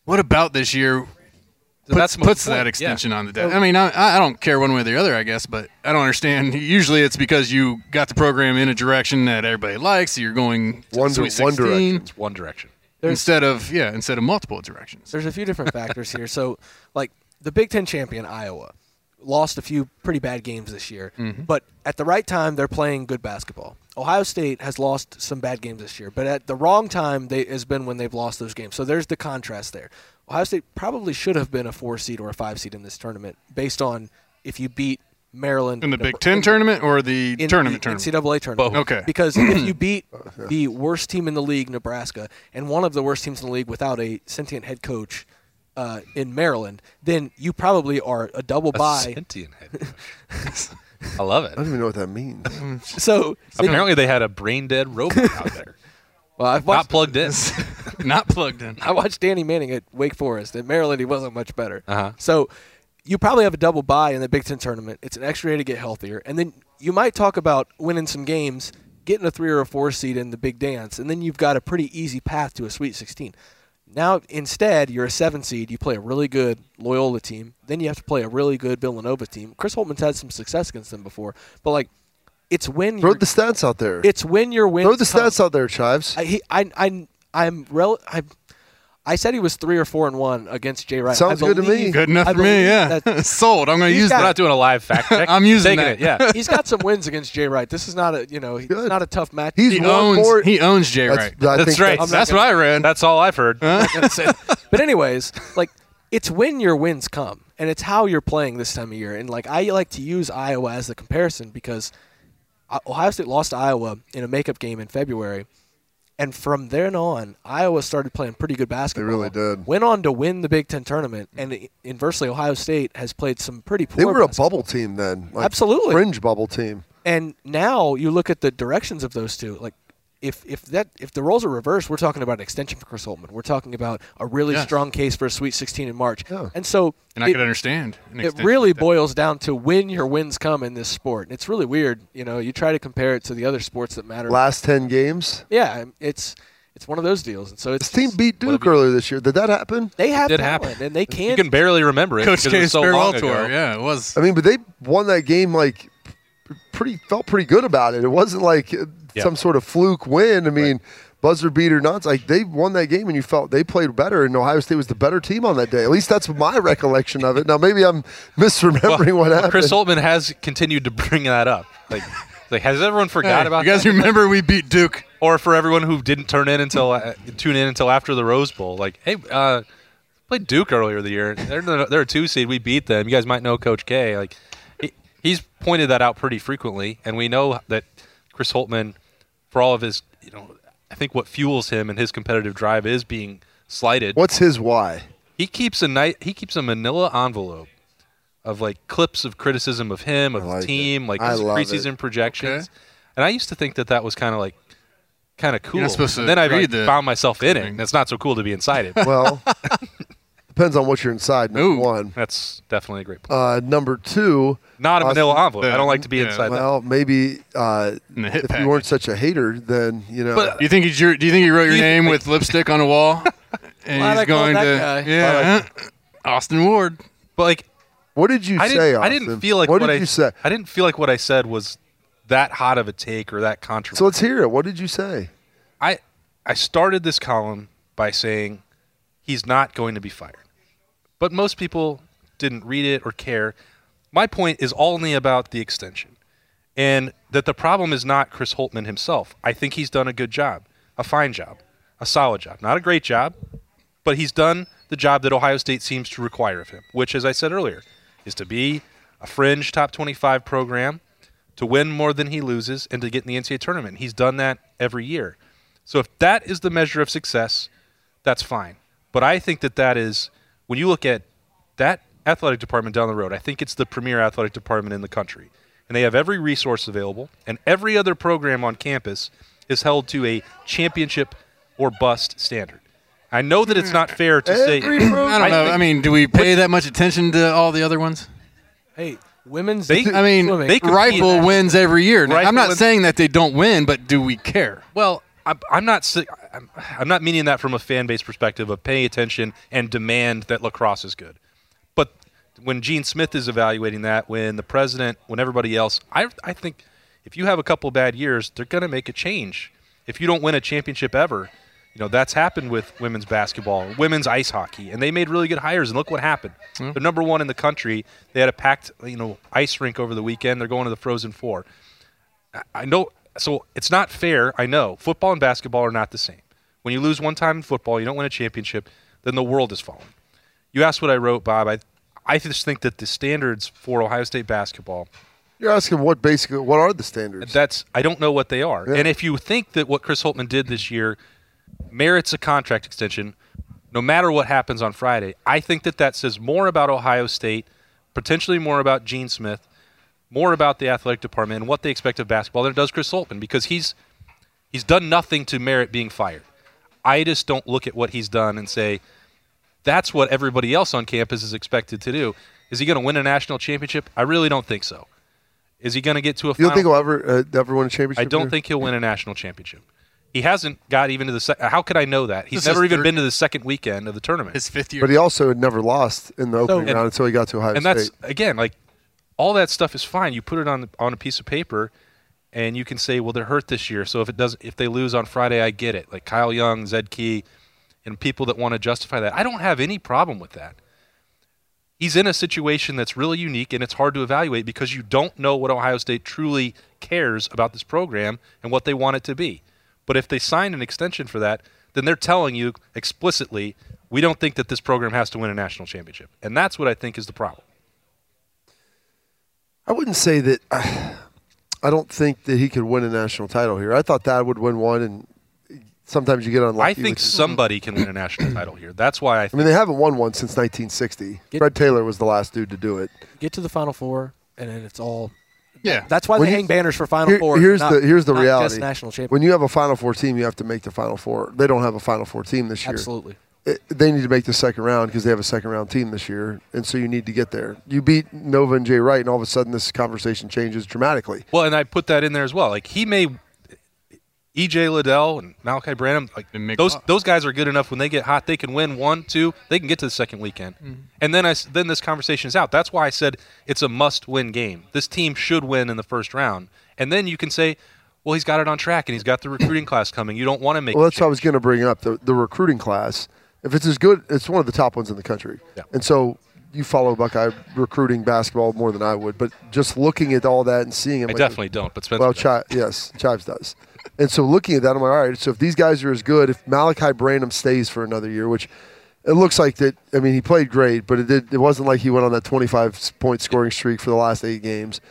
S4: what about this year
S2: So
S4: puts,
S2: that's my
S4: puts
S2: point,
S4: that
S2: yeah.
S4: extension on the desk. I mean, I, I don't care one way or the other, I guess, but I don't understand. Usually, it's because you got the program in a direction that everybody likes. You're going to the
S3: One-
S4: Sweet
S3: one
S4: 16
S3: direction.
S2: It's one direction.
S4: instead of yeah, instead of multiple directions.
S5: There's a few different factors here. So, like the Big Ten champion Iowa lost a few pretty bad games this year, but at the right time they're playing good basketball. Ohio State has lost some bad games this year, but at the wrong time they has been when they've lost those games. So there's the contrast there. Ohio State probably should have been a four seed or a five seed in this tournament based on if you beat Maryland
S4: In the Big
S5: Nebra-
S4: Ten tournament or the
S5: in
S4: tournament
S5: the
S4: tournament?
S5: NCAA tournament.
S4: Both. Okay.
S5: Because if you beat the worst team in the league, Nebraska, and one of the worst teams in the league without a sentient head coach uh, in Maryland, then you probably are a double
S2: A
S5: bye.
S2: sentient head. coach. I love
S3: I don't
S2: it.
S3: even know what that means.
S5: so,
S2: Apparently, they had a brain dead robot out there,
S5: well, I've
S2: not
S5: watched,
S2: plugged in.
S4: Not plugged in.
S5: I watched Danny Manning at Wake Forest. At Maryland, he wasn't much better.
S2: Uh-huh.
S5: So you probably have a double bye in the Big Ten tournament. It's an extra day to get healthier. And then you might talk about winning some games, getting a three or a four seed in the big dance, and then you've got a pretty easy path to a Sweet 16. Now, instead, you're a seven seed. You play a really good Loyola team. Then you have to play a really good Villanova team. Chris Holtman's had some success against them before, but like, it's when
S3: Throw
S5: you're,
S3: the stats out there.
S5: it's when you're winning.
S3: Throw the stats out there, Chives.
S5: I, he, I, I, I'm rel. I, I said he was three or four and one against Jay Wright.
S3: Sounds
S5: I
S3: good to me.
S5: believe-
S4: Good enough
S5: I
S4: for me.
S5: believe
S4: Yeah,
S5: that-
S4: sold. I'm going to
S5: He's
S4: use
S5: got-
S2: We're
S4: that.
S2: not doing a live fact check.
S4: I'm using
S2: Taking it.
S4: that.
S2: Yeah.
S5: he's got some wins against Jay Wright. This is not a you know he's
S3: Good.
S5: not a tough match.
S3: He's
S4: He
S3: one
S4: owns.
S3: more.
S4: He owns Jay
S3: that's,
S4: Wright.
S3: I
S2: That's
S3: think
S2: right.
S5: I'm not
S4: That's
S5: gonna-
S4: what I read.
S2: That's all I've heard.
S5: but anyways, like it's when your wins come, and it's how you're playing this time of year. And like I like to use Iowa as the comparison because uh, Ohio State lost to Iowa in a makeup game in February, and from then on, Iowa started playing pretty good basketball.
S3: really did.
S5: Went on to win the Big Ten tournament, and i- inversely, Ohio State has played some pretty poor.
S3: They were a
S5: basketball.
S3: bubble team then. Like
S5: Absolutely.
S3: Fringe bubble team.
S5: And now you look at the directions of those two. Like, if if that if the roles are reversed, we're talking about an extension for Chris Holtman. We're talking about a really
S4: Yes.
S5: strong case for a Sweet 16 in March. And so
S4: And I
S5: it,
S4: could understand. an
S5: it
S4: extension
S5: really
S4: like that.
S5: boils down to when your wins come in this sport. And it's really weird. You know, you try to compare it to the other sports that matter.
S3: Last 10 games.
S5: yeah, it's it's one of those deals. And so it's
S3: This team beat Duke earlier this year. Did that happen?
S5: they have
S2: did
S5: talent,
S2: happen.
S5: and they
S2: You
S5: can.
S2: can barely remember it.
S4: Coach
S2: because it was
S4: K's
S2: so
S4: farewell
S2: long ago.
S4: tour. Yeah, it was.
S3: I mean, but they won that game like pretty felt pretty good about it. It wasn't like uh,
S2: Yeah.
S3: some sort of fluke win. I mean, buzzer beater nuts. Like they won that game, and you felt they played better, and Ohio State was the better team on that day. At least that's my recollection of it. Now maybe I'm misremembering what happened.
S2: Chris Holtman has continued to bring that up. Like, like has everyone forgot
S4: Hey,
S2: about
S4: you guys
S2: that?
S4: remember we beat Duke?
S2: Or for everyone who didn't turn in until uh, tune in until after the Rose Bowl, like, hey, uh, played Duke earlier the year. They're the- they're a two seed. We beat them. You guys might know Coach K. Like, he, he's pointed that out pretty frequently, and we know that Chris Holtman, for all of his, you know, I think what fuels him and his competitive drive is being slighted.
S3: What's his why?
S2: He keeps a night. He keeps a Manila envelope of like clips of criticism of him, of
S3: I like
S2: the
S3: it.
S2: team, like
S3: I
S2: his
S3: love
S2: preseason
S3: it.
S2: projections.
S4: Okay.
S2: And I used to think that that was kind of like kind of cool.
S4: supposed to
S2: and then I like,
S4: read the-
S2: found myself in it. and It's not so cool to be inside it.
S3: Well, Depends on what you're inside. Number
S4: Ooh.
S3: one.
S2: That's definitely a great play.
S3: Uh, number two.
S2: Not a
S3: uh,
S2: vanilla envelope. I don't like to be
S4: yeah,
S2: inside that.
S3: Well, maybe uh,
S4: In the
S3: if
S4: hip
S3: you
S4: package.
S3: weren't such a hater, then you know.
S2: But-
S4: Do you think he drew, do you think he wrote your
S2: You-
S4: name with lipstick on a wall? And
S5: Glad I
S4: he's
S5: called
S4: going
S5: that
S4: to
S5: guy.
S4: yeah, Austin Ward.
S2: But like
S3: what did you
S2: I
S3: say?
S2: didn't, I
S3: Austin?
S2: didn't feel like
S3: What
S2: what,
S3: did
S2: I
S3: you say?
S2: I didn't feel like what I said was that hot of a take or that controversial.
S3: So let's hear it. What did you say?
S2: I I started this column by saying he's not going to be fired. But most people didn't read it or care. My point is only about the extension. And that the problem is not Chris Holtman himself. I think he's done a good job, a fine job, a solid job. Not a great job, but he's done the job that Ohio State seems to require of him, which, as I said earlier, is to be a fringe top 25 program, to win more than he loses, and to get in the NCAA tournament. He's done that every year. So if that is the measure of success, that's fine. But I think that that is, when you look at that athletic department down the road, I think it's the premier athletic department in the country. And they have every resource available, and every other program on campus is held to a championship or bust standard. I know that it's not fair to say.
S3: Every program-
S4: I don't know.
S2: think
S4: I mean, do we pay that much attention to all the other ones?
S5: Hey, women's.
S2: They-
S4: I mean,
S5: swimming.
S2: they- compete
S4: Rifle
S2: in-
S4: wins every year. Now, I'm
S2: Rifle
S4: not
S2: wins-
S4: saying that they don't win, but do we care?
S2: Well, I'm, I'm not. si- I'm, I'm not meaning that from a fan base perspective of paying attention and demand that lacrosse is good. But when Gene Smith is evaluating that, when the president, when everybody else, I, I think if you have a couple bad years, they're going to make a change. If you don't win a championship ever, you know that's happened with women's basketball, women's ice hockey, and they made really good hires. And look what happened. They're number one in the country. They had a packed, you know, ice rink over the weekend. They're going to the Frozen Four. I know. So it's not fair. I know football and basketball are not the same. When you lose one time in football, you don't win a championship, then the world is falling. You asked what I wrote, Bob. I, I just think that the standards for Ohio State basketball
S3: You're asking what basically what are the standards?
S2: that's I don't know what they are.
S3: Yeah.
S2: And if you think that what Chris Holtman did this year merits a contract extension, no matter what happens on Friday, I think that that says more about Ohio State, potentially more about Gene Smith, more about the athletic department and what they expect of basketball than it does Chris Holtman because he's he's done nothing to merit being fired. I just don't look at what he's done and say that's what everybody else on campus is expected to do. Is he going to win a national championship? I really don't think so. Is he going to get to a
S3: you
S2: final?
S3: don't think he'll ever uh, ever win a championship?
S2: I don't
S3: here?
S2: think he'll win a national championship. He hasn't got even to the. Sec- How could I know that? He's
S4: This is
S2: never
S4: his
S2: even
S4: third-
S2: been to the second weekend of the tournament.
S4: His fifth year.
S3: But he also had never lost in the opening
S2: and-
S3: round until he got to Ohio
S2: and
S3: State.
S2: that's again like all that stuff is fine. You put it on on a piece of paper, and you can say, well, they're hurt this year. So if it doesn't, if they lose on Friday, I get it. Like Kyle Young, Zed Key, and people that want to justify that, I don't have any problem with that. He's in a situation that's really unique, and it's hard to evaluate because you don't know what Ohio State truly cares about this program and what they want it to be. But if they sign an extension for that, then they're telling you explicitly, we don't think that this program has to win a national championship, and that's what I think is the problem.
S3: I wouldn't say that. I don't think that he could win a national title here. I thought that would win one, and sometimes you get unlucky.
S2: I think
S3: with-
S2: somebody can win a national title here. That's why I
S3: I
S2: think
S3: mean, they haven't won one since 1960.
S5: Get-
S3: Fred Taylor was the last dude to do it.
S5: get to the Final Four, and then it's all.
S4: yeah.
S5: That's why
S3: When
S5: they
S3: you-
S5: hang banners for Final
S3: Here-
S5: Four.
S3: here's
S5: not-
S3: the here's the
S5: not
S3: reality.
S5: Just national championship.
S3: When you have a Final Four team, you have to make the Final Four. They don't have a Final Four team this year.
S5: Absolutely.
S3: It- they need to make the second round because they have a second round team this year, and so you need to get there. You beat Nova and Jay Wright, and all of a sudden this conversation changes dramatically.
S2: well, and I put that in there as well. Like he may, EJ Liddell and Malachi Branham, like
S4: And Mick
S2: those
S4: Bob.
S2: those guys are good enough. When they get hot, they can win one, two. They can get to the second weekend,
S4: Mm-hmm.
S2: and then I s- then this conversation is out. That's why I said it's a must win game. This team should win in the first round, and then you can say, well, he's got it on track, and he's got the recruiting class coming. You don't want to make.
S3: Well,
S2: a
S3: that's what I
S2: change.
S3: was going to bring up the the recruiting class. If it's as good, it's one of the top ones in the country.
S2: Yeah.
S3: And so you follow Buckeye recruiting basketball more than I would, but just looking at all that and seeing it,
S2: I
S3: like,
S2: definitely don't. But Spencer,
S3: Well,
S2: does.
S3: Chi- yes, Chives does. And so looking at that, I'm like, all right. So if these guys are as good, if Malachi Branham stays for another year, which it looks like that. I mean, he played great, but it did. It wasn't like he went on that 25 point scoring streak for the last eight games.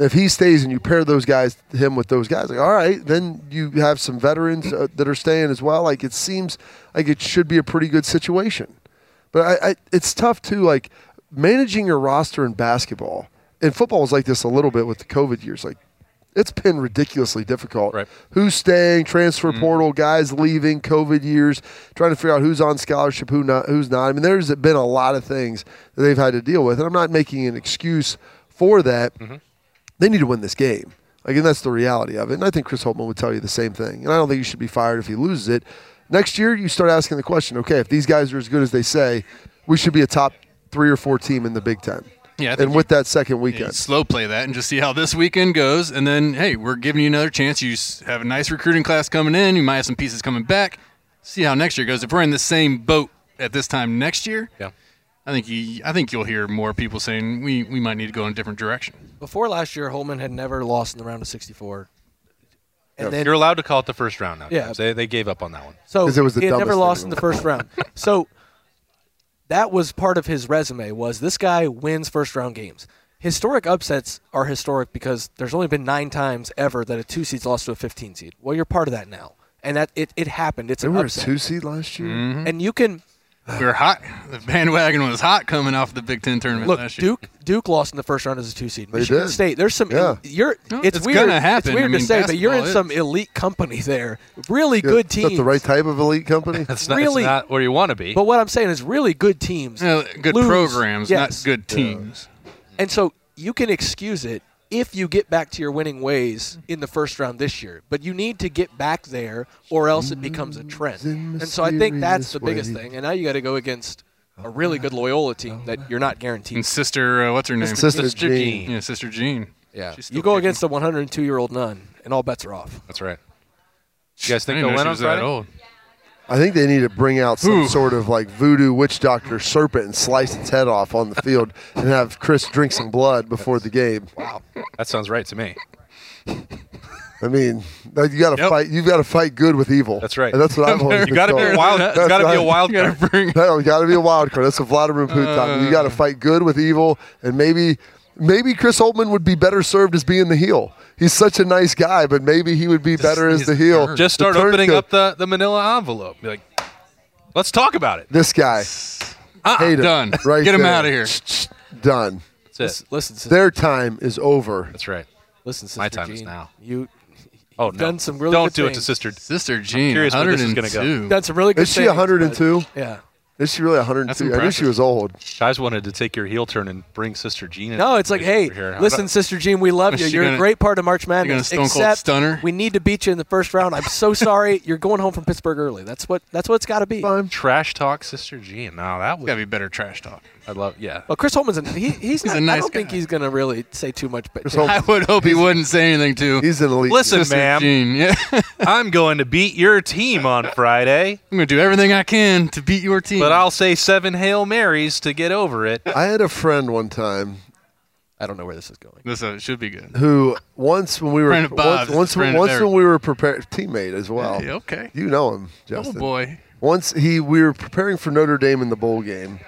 S3: If he stays and you pair those guys, him with those guys, like all right, then you have some veterans uh, that are staying as well. Like it seems like it should be a pretty good situation. But I, I, it's tough too. Like managing your roster in basketball and football was like this a little bit with the COVID years. Like it's been ridiculously difficult.
S2: Right.
S3: Who's staying? Transfer portal guys leaving. COVID years. Trying to figure out who's on scholarship, who not, who's not. I mean, there's been a lot of things that they've had to deal with, and I'm not making an excuse for that. They need to win this game. Like, and that's the reality of it. And I think Chris Holtman would tell you the same thing. And I don't think you should be fired if he loses it. Next year, you start asking the question: Okay, if these guys are as good as they say, we should be a top three or four team in the Big Ten.
S4: Yeah, I think
S3: and with that second
S4: Yeah,
S3: weekend,
S4: slow play that and just see how this weekend goes. And then, hey, we're giving you another chance. You s- have a nice recruiting class coming in. You might have some pieces coming back. See how next year goes. If we're in the same boat at this time next year,
S2: Yeah.
S4: I think you, I think you'll hear more people saying we, we might need to go in a different direction.
S5: Before last year, Holman had never lost in the round of 64. And then
S2: You're allowed to call it the first round now.
S5: Yeah.
S2: James. They, they gave up on that one.
S5: So
S3: 'Cause it was the
S5: he had never
S3: dumbest
S5: lost
S3: thing
S5: in the first round. So that was part of his resume was this guy wins first round games. Historic upsets are historic because there's only been nine times ever that a two seed's lost to a 15 seed. Well, you're part of that now, and that it, it happened. It's
S3: they
S5: an
S3: were
S5: upset,
S3: a two mm-hmm. seed last year.
S4: Mm-hmm.
S5: and you can
S4: We were hot. The bandwagon was hot coming off the Big Ten tournament
S5: look.
S4: last year.
S5: Duke Duke lost in the first round as a two seed.
S3: They
S5: Michigan
S3: did.
S5: State. There's some.
S3: Yeah.
S5: You're.
S4: No,
S5: it's,
S4: it's
S5: weird.
S4: gonna happen.
S5: It's weird
S4: I
S5: to
S4: mean,
S5: say, but you're in
S4: basketball
S5: some
S4: is.
S5: elite company there. Really good
S3: Is that
S5: teams.
S3: the right type of elite company?
S2: That's not,
S5: Really?
S2: it's not where you want to be.
S5: But what I'm saying is, really good teams.
S4: Uh, good
S5: lose.
S4: programs, not
S5: Yes.
S4: good teams.
S5: And so you can excuse it if you get back to your winning ways in the first round this year, but you need to get back there or else it becomes a trend. And so I think that's the biggest
S3: mysterious
S5: thing. And now you got to go against a really good Loyola team that you're not guaranteed.
S4: And sister, uh, what's her name?
S3: Sister
S2: Mr.
S3: Jean.
S2: Jean.
S4: Yeah, sister Jean.
S5: Yeah.
S4: She's still
S5: You go
S4: kicking.
S5: against a 102 year old nun, and all bets are off.
S2: That's right. You guys think
S4: I didn't
S2: they'll
S4: know she
S2: win on
S4: was that
S2: Friday?
S4: old.
S3: I think they need to bring out some
S4: Ooh.
S3: sort of like voodoo witch doctor serpent and slice its head off on the field and have Chris drink some blood before the game. Wow.
S2: That sounds right to me.
S3: I mean, like, you got to
S4: Yep.
S3: fight. You've got to fight good with evil.
S2: That's right.
S3: And that's what I've always
S2: You got to be a wild. It's got to be a wild.
S4: You gotta
S2: card.
S4: bring
S3: No, got to be a wild card. That's a Vladimir Putin. time. you got
S2: Uh.
S3: to fight good with evil, and maybe, maybe Chris Holtman would be better served as being the heel. He's such a nice guy, but maybe he would be better as
S4: he's
S3: the heel.
S4: hurt.
S2: Just start
S3: The
S2: opening
S3: turncoat.
S2: up the, the Manila envelope. Be like, let's talk about it.
S3: This guy
S4: uh-uh,
S3: Hate him.
S4: done.
S3: Right
S4: Get him
S3: there.
S4: out of here.
S3: done.
S2: That's it.
S5: Listen, sis-
S3: Their time is over.
S2: That's right.
S5: listen, sister
S2: my time is
S5: Jean,
S2: now.
S5: You
S2: Oh
S5: You've
S2: no!
S5: done some really
S2: Don't
S5: good
S2: do it to
S5: things.
S2: sister.
S4: Sister Jean,
S2: curious where this is
S4: 102.
S2: gonna go.
S5: done some really good.
S3: Is she
S5: things,
S3: 102?
S5: but- Yeah.
S3: Is she really 102? I knew she
S4: impressive.
S3: was old.
S2: Guys wanted to take your heel turn and bring sister Gina.
S5: No, it's like, hey,
S2: Here. I
S5: listen,
S2: don't-
S5: Sister Jean, we love you.
S4: Is she
S5: You're a
S4: gonna-
S5: great part of March
S4: gonna
S5: Madness.
S4: Stone Cold
S5: except
S4: Stunner?
S5: we need to beat you in the first round. I'm so sorry. You're going home from Pittsburgh early. That's what. That's what it's got to be. Well,
S3: Fine.
S2: trash talk, sister Gina. No, that
S4: It's got to
S2: would.
S4: be better trash talk.
S2: I love. Yeah.
S5: Chris Holman's a, he, he's, not,
S4: a
S5: I
S4: nice
S5: don't think
S4: guy.
S5: he's going to really say too much. But
S3: Holman-
S4: I would hope he wouldn't say anything to
S3: He's an elite.
S2: Listen,
S4: Sister
S2: ma'am,
S4: Jean. Yeah, I'm
S2: I'm going to beat your team on Friday,
S4: gonna do everything I can to beat your team.
S2: but I'll say seven hail marys to get over it.
S3: I had a friend one time
S5: I don't know where this is going.
S4: This uh, should be good.
S3: who once when we were
S4: Friend of Bob's,
S3: once once,
S4: friend of
S3: once
S4: Eric.
S3: when we were prepared teammate as well.
S4: Hey, okay.
S3: You know him,
S4: Oh
S3: Justin.
S4: boy.
S3: Once he we were preparing for Notre Dame in the bowl game,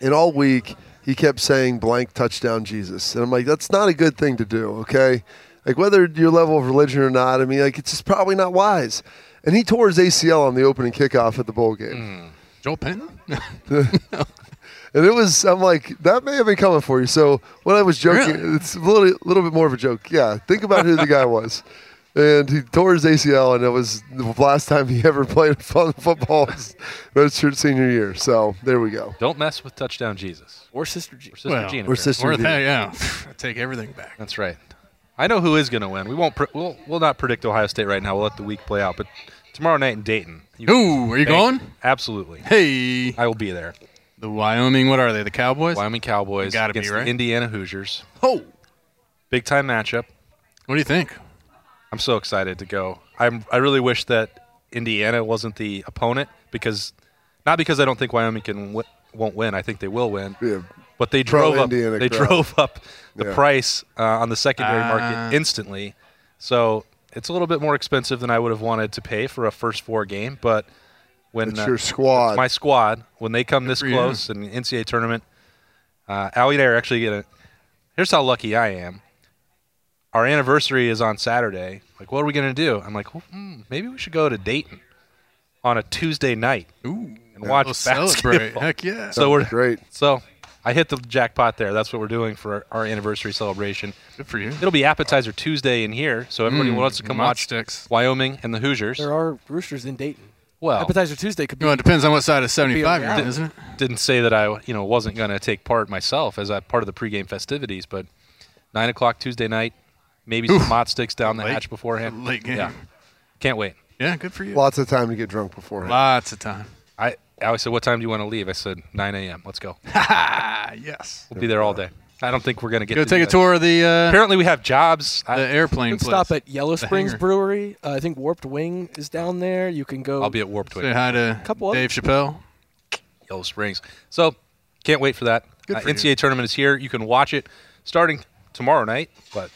S3: and all week he kept saying blank touchdown Jesus. And I'm like, that's not a good thing to do, okay? Like whether your level of religion or not, I mean like it's just probably not wise. And he tore his ACL on the opening kickoff at the bowl game.
S4: Joel Penton?
S3: And it was, I'm like, that may have been coming for you. So when I was joking, it's a little, little bit more of a joke. Yeah, think about who the guy was. And he tore his ACL, and it was the last time he ever played fun football was redshirt senior year. So there we go.
S2: Don't mess with touchdown Jesus
S5: Or Sister Jean.
S2: or sister
S4: Well,
S2: Gina.
S3: Or
S2: apparently.
S3: sister.
S4: or
S3: D.
S4: that, yeah. I take everything back.
S2: That's right. I know who is going to win. We won't. Pre- we'll, we'll not predict Ohio State right now. We'll let the week play out. But tomorrow night in Dayton. You
S4: Ooh, are you going?
S2: Absolutely.
S4: Hey.
S2: I will be there.
S4: The Wyoming, what are they? The Cowboys?
S2: Wyoming Cowboys
S4: Gotta be,
S2: against
S4: right?
S2: the Indiana Hoosiers.
S4: Oh.
S2: Big time matchup.
S4: What do you think?
S2: I'm so excited to go. I'm. I really wish that Indiana wasn't the opponent because, not because I don't think Wyoming can w- won't win. I think they will win.
S3: Yeah.
S2: But they
S3: Pro
S2: drove up.
S3: Indiana
S2: They
S3: crowd.
S2: drove up the
S3: Yeah.
S2: price uh, on the secondary
S4: Ah.
S2: market instantly, so it's a little bit more expensive than I would have wanted to pay for a first four game. But when uh,
S3: It's your squad.
S2: it's my squad, when they come this
S4: for you.
S2: close in the NCAA tournament, uh, Allie and I are actually gonna. Here's how lucky I am our anniversary is on Saturday. Like, what are we going to do? I'm like, hmm, maybe we should go to Dayton on a Tuesday night
S4: Ooh.
S2: and watch
S4: We'll
S2: basketball.
S4: celebrate. Heck yeah.
S2: So we're
S3: Great.
S2: So I hit the jackpot there. That's what we're doing for our anniversary celebration.
S4: Good for you.
S2: It'll be appetizer Tuesday in here, so everybody wants to come
S4: mod
S2: watch
S4: sticks.
S2: Wyoming and the Hoosiers.
S5: There are roosters in Dayton.
S2: Well-
S5: appetizer Tuesday could be.
S4: Well, it depends on what side of 75 you're
S5: around.
S4: on, isn't it?
S2: Didn't say that I you know wasn't going to take part myself as a part of the pregame festivities, but nine o'clock Tuesday night, maybe some mod sticks down the
S4: Late-
S2: hatch beforehand.
S4: late game.
S2: Yeah, can't wait.
S4: Yeah, good for you.
S3: Lots of time to get drunk beforehand.
S4: Lots of time.
S2: I Alex said, "What time do you want to leave?" I said, "9 a.m. Let's go.
S4: Ah, yes.
S2: We'll be there all day." I don't think we're going to get.
S4: Go
S2: to
S4: take
S2: do
S4: a
S2: that.
S4: tour of the uh,
S2: Apparently, we have jobs. I,
S4: the airplane
S5: You can
S4: place.
S5: stop at Yellow
S4: The
S5: Springs
S4: hangar.
S5: Brewery. Uh, I think Warped Wing is down there. You can go.
S2: I'll be at Warped
S4: Say
S2: Twig,
S4: hi to
S5: Couple
S4: Dave Chappelle.
S2: Yellow Springs. So, can't wait for that.
S4: Good
S2: Uh,
S4: for you.
S2: NCAA tournament is here. You can watch it starting tomorrow night, but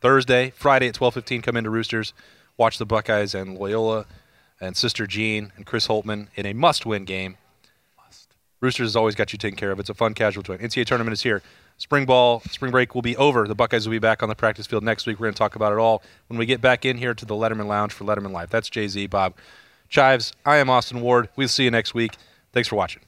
S2: Thursday, Friday at 12:15. Come into Roosters, watch the Buckeyes and Loyola, and Sister Jean and Chris Holtman in a must-win game. Roosters has always got you taken care of. It's a fun casual joint. NCAA tournament is here. Spring ball, spring break will be over. The Buckeyes will be back on the practice field next week. We're going to talk about it all when we get back in here to the Letterman Lounge for Letterman Live. That's Jay Z, Bob Chives. I am Austin Ward. We'll see you next week. Thanks for watching.